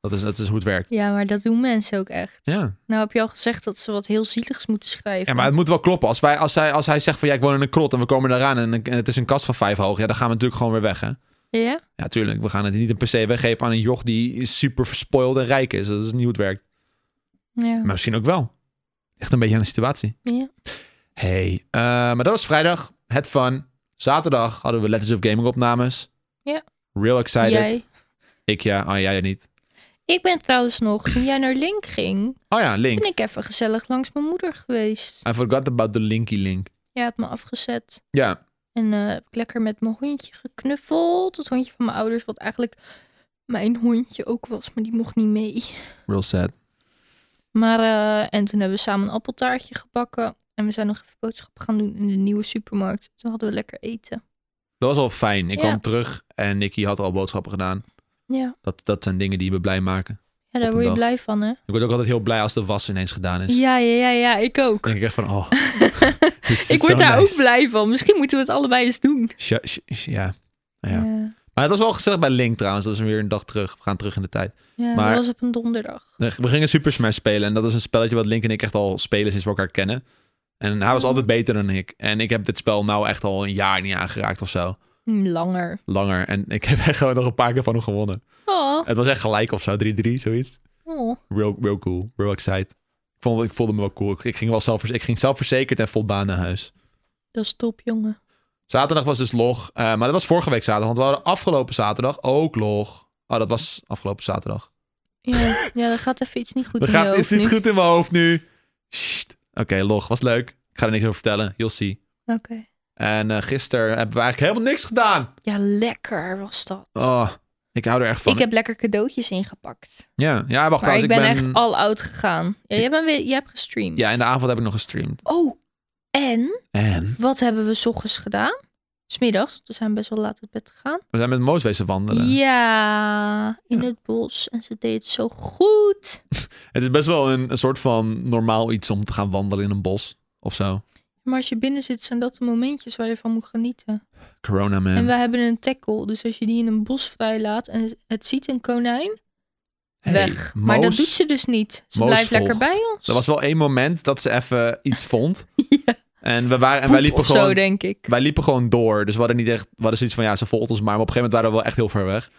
Speaker 2: Dat is, dat is hoe het werkt.
Speaker 1: Ja, maar dat doen mensen ook echt.
Speaker 2: Ja.
Speaker 1: Nou heb je al gezegd dat ze wat heel zieligs moeten schrijven.
Speaker 2: ja, maar het moet wel kloppen. Als, wij, als, hij, als hij zegt van ja, ik woon in een krot en we komen eraan en, en het is een kast van vijf hoog. Ja, dan gaan we natuurlijk gewoon weer weg, hè?
Speaker 1: Ja?
Speaker 2: Ja, tuurlijk. We gaan het niet een PC weggeven aan een joch die super verspoild en rijk is. Dat is niet hoe het werkt.
Speaker 1: Ja.
Speaker 2: Maar misschien ook wel. Echt een beetje aan de situatie.
Speaker 1: Ja.
Speaker 2: Hey, eh, maar dat was vrijdag. Het van. Zaterdag hadden we Letters of Gaming opnames.
Speaker 1: Ja.
Speaker 2: Real excited.
Speaker 1: Jij.
Speaker 2: Ik ja, oh jij niet.
Speaker 1: Ik ben trouwens nog, toen jij naar Link ging,
Speaker 2: Oh ja, Link.
Speaker 1: ben ik even
Speaker 2: Ah.
Speaker 1: gezellig langs mijn moeder geweest.
Speaker 2: I forgot about the Linky Link.
Speaker 1: Jij hebt me afgezet.
Speaker 2: Ja,
Speaker 1: En eh, heb ik lekker met mijn hondje geknuffeld. Het hondje van mijn ouders, wat eigenlijk mijn hondje ook was, maar die mocht niet mee.
Speaker 2: Real sad.
Speaker 1: Maar, eh, en toen hebben we samen een appeltaartje gebakken. En we zijn nog even boodschappen gaan doen in de nieuwe supermarkt. Toen hadden we lekker eten.
Speaker 2: Dat was al fijn. Ik
Speaker 1: Ja.
Speaker 2: kwam terug en Nicky had al boodschappen gedaan.
Speaker 1: Ja,
Speaker 2: Dat, dat zijn dingen die me blij maken.
Speaker 1: ja
Speaker 2: een
Speaker 1: daar word je
Speaker 2: dag. Dus-
Speaker 1: blij van, hè?
Speaker 2: Ik word ook altijd heel blij als de was ineens gedaan is.
Speaker 1: Ja, ja, ja, ja, ik ook.
Speaker 2: Dan denk ik echt van, oh. dit is
Speaker 1: ik
Speaker 2: zo
Speaker 1: word daar
Speaker 2: nice.
Speaker 1: ook blij van. Misschien moeten we het allebei eens doen.
Speaker 2: Ja, ja. Nou ja.
Speaker 1: Ja,
Speaker 2: Maar het was wel gezellig bij Link trouwens. Dat is weer een dag terug. We gaan terug in de tijd.
Speaker 1: ja
Speaker 2: Maar-
Speaker 1: dat was op een donderdag.
Speaker 2: Nee, We gingen Super Smash spelen. En dat is een spelletje wat Link en ik echt al spelen sinds we elkaar kennen. En hij was
Speaker 1: Oh.
Speaker 2: altijd beter dan ik. En ik heb dit spel nou echt al een jaar niet aangeraakt of zo.
Speaker 1: Hm, Langer.
Speaker 2: Langer. En ik heb echt gewoon nog een paar keer van hem gewonnen.
Speaker 1: Oh,
Speaker 2: Het was echt gelijk of zo. 3-3, zoiets.
Speaker 1: oh.
Speaker 2: Real, real cool. Real excited. Ik voelde, ik voelde me wel cool. Ik- Ik ging wel zelf, ik ging zelfverzekerd en voldaan naar huis.
Speaker 1: dat is top, jongen.
Speaker 2: Zaterdag was dus log. eh, maar dat was vorige week zaterdag. Want we hadden afgelopen zaterdag ook log. Oh, dat was afgelopen zaterdag.
Speaker 1: Ja, ja, er gaat even iets niet goed
Speaker 2: Dat
Speaker 1: in je
Speaker 2: gaat, is
Speaker 1: hoofd
Speaker 2: niet
Speaker 1: nu.
Speaker 2: goed in mijn hoofd nu. Sst. Oké, log. Was leuk. Ik ga er niks over vertellen. You'll see.
Speaker 1: Oké.
Speaker 2: En eh gisteren hebben we eigenlijk helemaal niks gedaan.
Speaker 1: Ja, lekker was dat.
Speaker 2: Oh, ik hou er echt van.
Speaker 1: ik heb lekker cadeautjes ingepakt.
Speaker 2: Ja, ja, wacht
Speaker 1: Maar
Speaker 2: trouwens.
Speaker 1: ik ben, echt al oud gegaan. Ja,
Speaker 2: Ik-
Speaker 1: jij, bent weer, jij hebt gestreamd.
Speaker 2: Ja, in de avond heb ik nog gestreamd.
Speaker 1: Oh, en
Speaker 2: En
Speaker 1: wat hebben we 's ochtends gedaan? Smiddags, we zijn best wel laat uit bed gegaan.
Speaker 2: we zijn met Moos wezen wandelen.
Speaker 1: Ja, in
Speaker 2: Ja.
Speaker 1: het bos. En ze deed het zo goed.
Speaker 2: Het is best wel een, een soort van normaal iets om te gaan wandelen in een bos of zo.
Speaker 1: Maar als je binnen zit, zijn dat de momentjes waar je van moet genieten.
Speaker 2: Corona man.
Speaker 1: En wij hebben een tackle, dus als je die in een bos vrijlaat en het ziet een konijn,
Speaker 2: Hey,
Speaker 1: weg. maar dat
Speaker 2: Moos-
Speaker 1: doet ze dus niet. Ze
Speaker 2: Moos
Speaker 1: blijft lekker
Speaker 2: volgt.
Speaker 1: bij ons.
Speaker 2: Er was wel één moment dat ze even iets vond.
Speaker 1: Ja.
Speaker 2: En, we waren, en
Speaker 1: Poep
Speaker 2: wij, liepen
Speaker 1: of zo,
Speaker 2: gewoon,
Speaker 1: denk ik.
Speaker 2: wij liepen gewoon door. Dus we hadden niet echt. We hadden zoiets van ja, ze volgt ons maar. Maar op een gegeven moment waren we wel echt heel ver weg.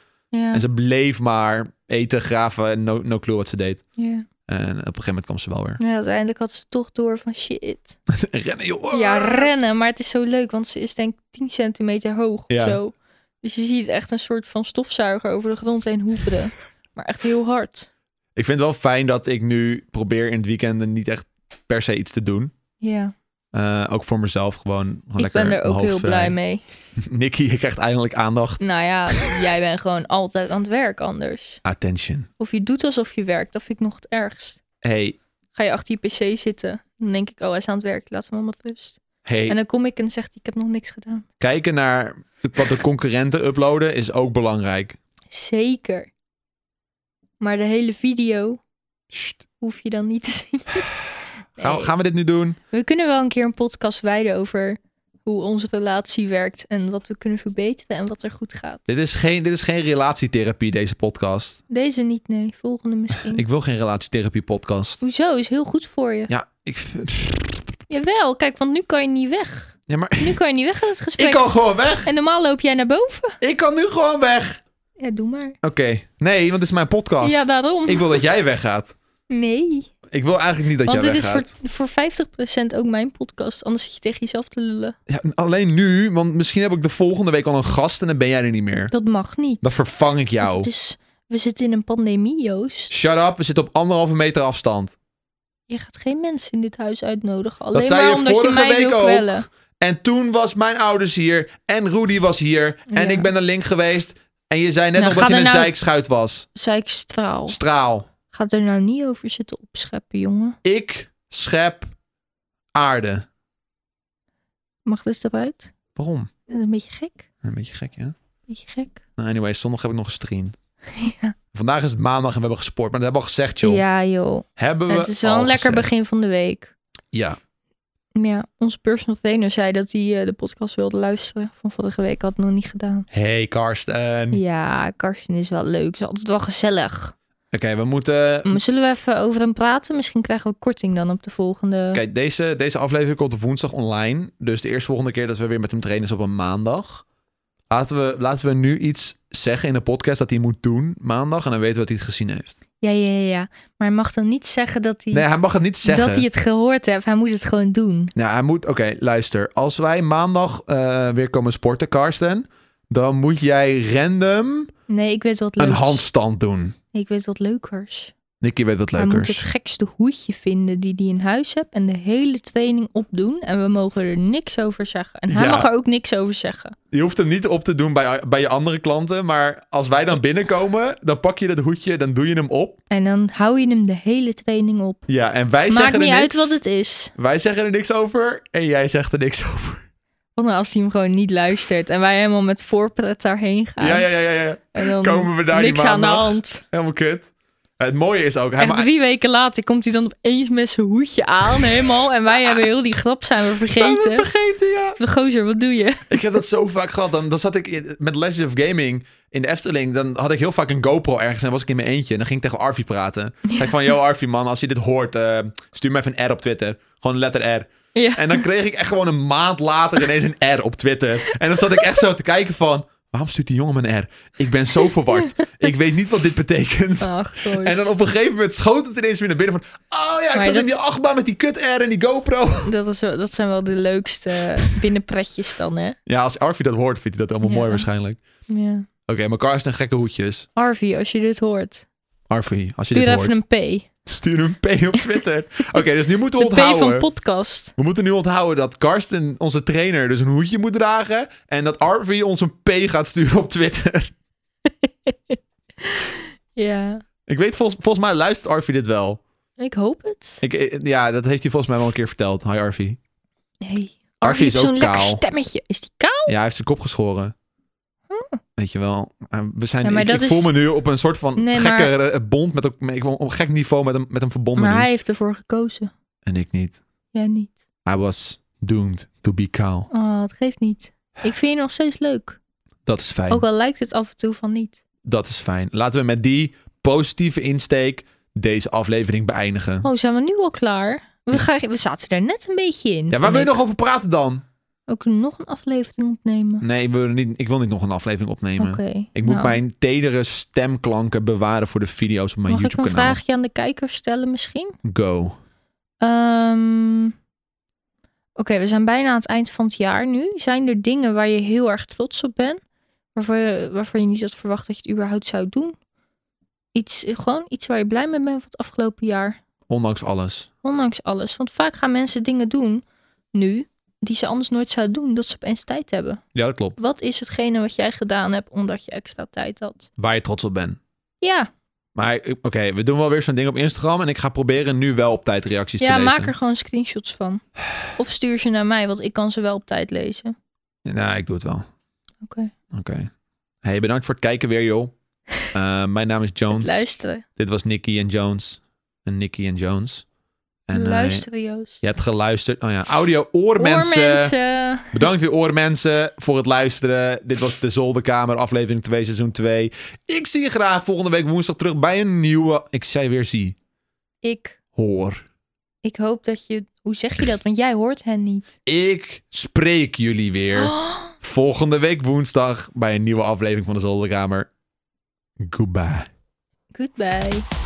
Speaker 1: Ja,
Speaker 2: En ze bleef maar eten, graven. en No, no clue wat ze deed.
Speaker 1: ja.
Speaker 2: En op een gegeven moment kwam ze wel weer.
Speaker 1: Ja, uiteindelijk had ze toch door van shit.
Speaker 2: Rennen, joh.
Speaker 1: Ja, rennen, maar het is zo leuk, want ze is denk ik 10 centimeter hoog
Speaker 2: Ja.
Speaker 1: of zo. Dus je ziet echt een soort van stofzuiger over de grond heen hoeperen. Maar echt heel hard.
Speaker 2: Ik vind het wel fijn dat ik nu probeer in het weekend niet echt per se iets te doen.
Speaker 1: Ja,
Speaker 2: Eh, ook voor mezelf gewoon, gewoon
Speaker 1: ik
Speaker 2: lekker.
Speaker 1: ben er ook heel blij mee.
Speaker 2: Nicky, je krijgt eindelijk aandacht.
Speaker 1: Nou ja, jij bent gewoon altijd aan het werk anders.
Speaker 2: Attention.
Speaker 1: Of je doet alsof je werkt, dat vind ik nog het ergst.
Speaker 2: Hey,
Speaker 1: ga je achter je pc zitten. Dan denk ik, oh, hij is aan het werk, laat hem allemaal met rust.
Speaker 2: hey.
Speaker 1: En dan kom ik en zegt hij, ik heb nog niks gedaan.
Speaker 2: Kijken naar wat de concurrenten uploaden is ook belangrijk.
Speaker 1: Zeker. Maar de hele video
Speaker 2: Sst.
Speaker 1: hoef je dan niet te zien.
Speaker 2: Gaan,
Speaker 1: Nee.
Speaker 2: gaan we dit nu doen?
Speaker 1: We kunnen wel een keer een podcast wijden over hoe onze relatie werkt en wat we kunnen verbeteren en wat er goed gaat.
Speaker 2: Dit is geen, dit is geen relatietherapie, deze podcast.
Speaker 1: Deze niet, nee. Volgende misschien.
Speaker 2: Ik wil geen relatietherapie podcast.
Speaker 1: Hoezo? Is heel goed voor je.
Speaker 2: Ja, ik...
Speaker 1: Jawel, kijk, want nu kan je niet weg.
Speaker 2: Ja, maar
Speaker 1: Nu kan je niet weg uit het gesprek.
Speaker 2: ik kan gewoon weg.
Speaker 1: En normaal loop jij naar boven.
Speaker 2: Ik kan nu gewoon weg.
Speaker 1: Ja, doe maar.
Speaker 2: Oké. Nee, want dit is mijn podcast.
Speaker 1: Ja, daarom.
Speaker 2: Ik wil dat jij weggaat.
Speaker 1: Nee.
Speaker 2: Ik wil eigenlijk niet dat
Speaker 1: Want
Speaker 2: jij
Speaker 1: dit is
Speaker 2: weggaat.
Speaker 1: voor, voor 50% ook mijn podcast. Anders zit je tegen jezelf te lullen.
Speaker 2: Ja, alleen nu, want misschien heb ik de volgende week al een gast en dan ben jij er niet meer.
Speaker 1: Dat mag niet.
Speaker 2: Dan vervang
Speaker 1: Want
Speaker 2: ik jou.
Speaker 1: het is, we zitten in een pandemie, Joost.
Speaker 2: Shut up, we zitten op anderhalve meter afstand.
Speaker 1: Je gaat geen mensen in dit huis uitnodigen. Alleen
Speaker 2: zei
Speaker 1: maar
Speaker 2: je
Speaker 1: omdat je
Speaker 2: vorige
Speaker 1: mij
Speaker 2: week
Speaker 1: wil
Speaker 2: ook.
Speaker 1: kwellen.
Speaker 2: En toen was mijn ouders hier en Rudy was hier en
Speaker 1: Ja.
Speaker 2: ik ben naar Link geweest. En je zei net
Speaker 1: Nou,
Speaker 2: nog dat
Speaker 1: ga
Speaker 2: je een
Speaker 1: er nou- Oh.
Speaker 2: zeikschuit was.
Speaker 1: Zei ik straal.
Speaker 2: Straal.
Speaker 1: Gaat er nou niet over zitten opscheppen, jongen.
Speaker 2: Ik schep aarde.
Speaker 1: Mag dit eruit?
Speaker 2: Waarom?
Speaker 1: Dat is een beetje gek.
Speaker 2: Een beetje gek, ja.
Speaker 1: Beetje gek.
Speaker 2: Nou, anyway, zondag heb ik nog gestreamd.
Speaker 1: Ja,
Speaker 2: Vandaag is het maandag en we hebben gesport. Maar dat hebben we al gezegd, joh.
Speaker 1: ja joh.
Speaker 2: Hebben we
Speaker 1: Het is wel
Speaker 2: al
Speaker 1: een lekker
Speaker 2: gezegd.
Speaker 1: begin van de week.
Speaker 2: Ja.
Speaker 1: Ja, onze personal trainer zei dat hij eh, de podcast wilde luisteren. Van vorige week had het nog niet gedaan.
Speaker 2: Hey, Karsten. Oké,
Speaker 1: Ja, Karsten is wel leuk. Is altijd wel gezellig.
Speaker 2: we moeten...
Speaker 1: Maar Zullen we even over hem praten? Misschien krijgen we korting dan op de volgende.
Speaker 2: Kijk, deze, deze aflevering komt op woensdag online. Dus de eerste volgende keer dat we weer met hem trainen is op een maandag. Laten we, laten we nu iets zeggen in de podcast dat hij moet doen maandag. En dan weten we dat hij het gezien heeft.
Speaker 1: Ja, ja, ja, ja. Maar hij mag dan niet zeggen dat hij,
Speaker 2: Nee, hij mag het niet zeggen.
Speaker 1: dat hij het gehoord heeft. Hij moet het gewoon doen.
Speaker 2: Nou, hij moet... Oké, luister. Als wij maandag eh, weer komen sporten, Karsten... dan moet jij random
Speaker 1: Nee, ik weet wat
Speaker 2: een
Speaker 1: leukers.
Speaker 2: handstand doen.
Speaker 1: Ik weet wat leukers.
Speaker 2: Nicky weet wat
Speaker 1: Hij moet het
Speaker 2: leukers.
Speaker 1: gekste hoedje vinden die hij in huis hebt en de hele training opdoen. En we mogen er niks over zeggen. En hij
Speaker 2: Ja.
Speaker 1: mag er ook niks over zeggen.
Speaker 2: Je hoeft hem niet op te doen bij, bij je andere klanten. Maar als wij dan binnenkomen, dan pak je dat hoedje, dan doe je hem op.
Speaker 1: En dan hou je hem de hele training op.
Speaker 2: Ja, en wij
Speaker 1: Maakt
Speaker 2: zeggen
Speaker 1: niet
Speaker 2: er
Speaker 1: uit
Speaker 2: niks.
Speaker 1: wat het is.
Speaker 2: Wij zeggen er niks over en jij zegt er niks over.
Speaker 1: Wat nou als hij hem gewoon niet luistert en wij helemaal met voorpret daarheen gaan.
Speaker 2: Ja, ja, ja, ja. ja.
Speaker 1: En dan
Speaker 2: Komen we daar die
Speaker 1: niks aan de
Speaker 2: maandag?
Speaker 1: hand.
Speaker 2: Helemaal kut. Het mooie is ook... Hij
Speaker 1: En
Speaker 2: ma-
Speaker 1: drie weken later komt hij dan opeens met zijn hoedje aan helemaal. En wij hebben heel die grap zijn we
Speaker 2: Zijn we
Speaker 1: vergeten.
Speaker 2: vergeten, ja.
Speaker 1: We gozer, wat doe je?
Speaker 2: Ik heb dat zo vaak gehad. Dan, dan zat ik in- met Legends of Gaming in de Efteling. Dan had ik heel vaak een GoPro ergens en was ik in mijn eentje. En dan ging ik tegen Arvi praten. Dan zei ik van, yo Arvi man, als je dit hoort, eh, stuur me even een R op Twitter. Gewoon een letter R.
Speaker 1: Ja.
Speaker 2: En dan kreeg ik echt gewoon een maand later ineens een R op Twitter. En dan zat ik echt zo te kijken van... Waarom stuurt die jongen me een R? Ik ben zo verward. Ik weet niet wat dit betekent.
Speaker 1: Ach, goed.
Speaker 2: En dan op een gegeven moment schoot het ineens weer naar binnen van... Oh ja, ik
Speaker 1: Maar
Speaker 2: zat
Speaker 1: dat-
Speaker 2: in die achtbaan met die kut R en die GoPro.
Speaker 1: Dat, is, wel- dat zijn wel de leukste binnenpretjes dan, hè?
Speaker 2: Ja, als Arvi dat hoort, vindt hij dat allemaal
Speaker 1: Ja.
Speaker 2: mooi waarschijnlijk.
Speaker 1: Ja.
Speaker 2: Oké, maar Karsten gekke hoedjes.
Speaker 1: Harvey, als je dit hoort,
Speaker 2: Arvi, als je
Speaker 1: doe
Speaker 2: dit
Speaker 1: er
Speaker 2: hoort,
Speaker 1: even een P.
Speaker 2: stuur een P op Twitter. Oké, dus nu moeten we
Speaker 1: De P van
Speaker 2: onthouden...
Speaker 1: podcast.
Speaker 2: we moeten nu onthouden dat Karsten, onze trainer, dus een hoedje moet dragen. En dat Arvi ons een P gaat sturen op Twitter.
Speaker 1: Ja,
Speaker 2: Ik weet, volgens, volgens mij luistert Arvi dit wel.
Speaker 1: ik hoop het.
Speaker 2: Ik, eh, ja, dat heeft hij volgens mij wel een keer verteld. Hi Arvi.
Speaker 1: Nee.
Speaker 2: Harvey
Speaker 1: Harvey
Speaker 2: is
Speaker 1: heeft zo'n
Speaker 2: ook
Speaker 1: lekker
Speaker 2: kaal.
Speaker 1: stemmetje. Is die kaal?
Speaker 2: Ja, hij heeft zijn kop geschoren. Weet je wel. Eh, We zijn,
Speaker 1: Oh. Ja, maar
Speaker 2: ik
Speaker 1: dat
Speaker 2: ik
Speaker 1: is-
Speaker 2: voel me nu op een soort van
Speaker 1: Nee, maar-
Speaker 2: gekke eh, bond. Met, een- ik, wil op een gek niveau met hem, met hem verbonden
Speaker 1: Maar
Speaker 2: nu.
Speaker 1: hij heeft ervoor gekozen.
Speaker 2: En ik niet.
Speaker 1: Jij niet.
Speaker 2: I was doomed to be kaal.
Speaker 1: Oh, dat geeft niet. Ik vind je nog steeds leuk.
Speaker 2: Dat is fijn.
Speaker 1: Ook al lijkt het af en toe van niet.
Speaker 2: Dat is fijn. Laten we met die positieve insteek deze aflevering beëindigen.
Speaker 1: Oh, zijn we nu al klaar? We, gaan, we zaten er net een beetje in.
Speaker 2: ja, waar
Speaker 1: vond
Speaker 2: wil je
Speaker 1: ik.
Speaker 2: nog over praten dan?
Speaker 1: We kunnen nog een aflevering opnemen.
Speaker 2: Nee, ik wil, niet, ik wil niet nog een aflevering opnemen.
Speaker 1: Oké.
Speaker 2: Ik moet
Speaker 1: nou.
Speaker 2: mijn tedere stemklanken bewaren voor de video's op mijn
Speaker 1: Mag ik een
Speaker 2: YouTube-kanaal.
Speaker 1: vraagje aan de kijker stellen misschien?
Speaker 2: Go.
Speaker 1: Ehm, Oké, we zijn bijna aan het eind van het jaar nu. Zijn er dingen waar je heel erg trots op bent? Waarvan je, waarvan je niet had verwacht dat je het überhaupt zou doen? Iets, gewoon iets waar je blij mee bent van het afgelopen jaar.
Speaker 2: Ondanks alles.
Speaker 1: Ondanks alles. Want vaak gaan mensen dingen doen nu die ze anders nooit zouden doen, dat ze opeens tijd hebben.
Speaker 2: Ja, dat klopt.
Speaker 1: Wat is hetgene wat jij gedaan hebt omdat je extra tijd had?
Speaker 2: Waar je trots op bent.
Speaker 1: Ja,
Speaker 2: Maar ik- oké, we doen wel weer zo'n ding op Instagram. En ik ga proberen nu wel op tijd reacties
Speaker 1: ja
Speaker 2: te lezen.
Speaker 1: maak er gewoon screenshots van. Of stuur ze naar mij, want ik kan ze wel op tijd lezen.
Speaker 2: Nou, ik doe het wel. Oké.
Speaker 1: Oké.
Speaker 2: Hey, bedankt voor het kijken weer, joh. Eh, mijn naam is Jones.
Speaker 1: Luisteren.
Speaker 2: Dit was Nicky en Jones. En Nicky en Jones. En eh,
Speaker 1: Luisteren, Joost.
Speaker 2: je hebt geluisterd. Oh ja, audio oormensen.
Speaker 1: mensen.
Speaker 2: Bedankt weer oormensen voor het luisteren. Dit was de Zolderkamer, aflevering 2, seizoen 2. Ik zie je graag volgende week woensdag terug bij een nieuwe... Ik zei weer zie.
Speaker 1: Ik,
Speaker 2: Hoor.
Speaker 1: ik hoop dat je... Hoe zeg je dat? Want jij hoort hen niet.
Speaker 2: Ik spreek jullie weer
Speaker 1: Oh,
Speaker 2: volgende week woensdag bij een nieuwe aflevering van de Zolderkamer. Goodbye.
Speaker 1: goodbye.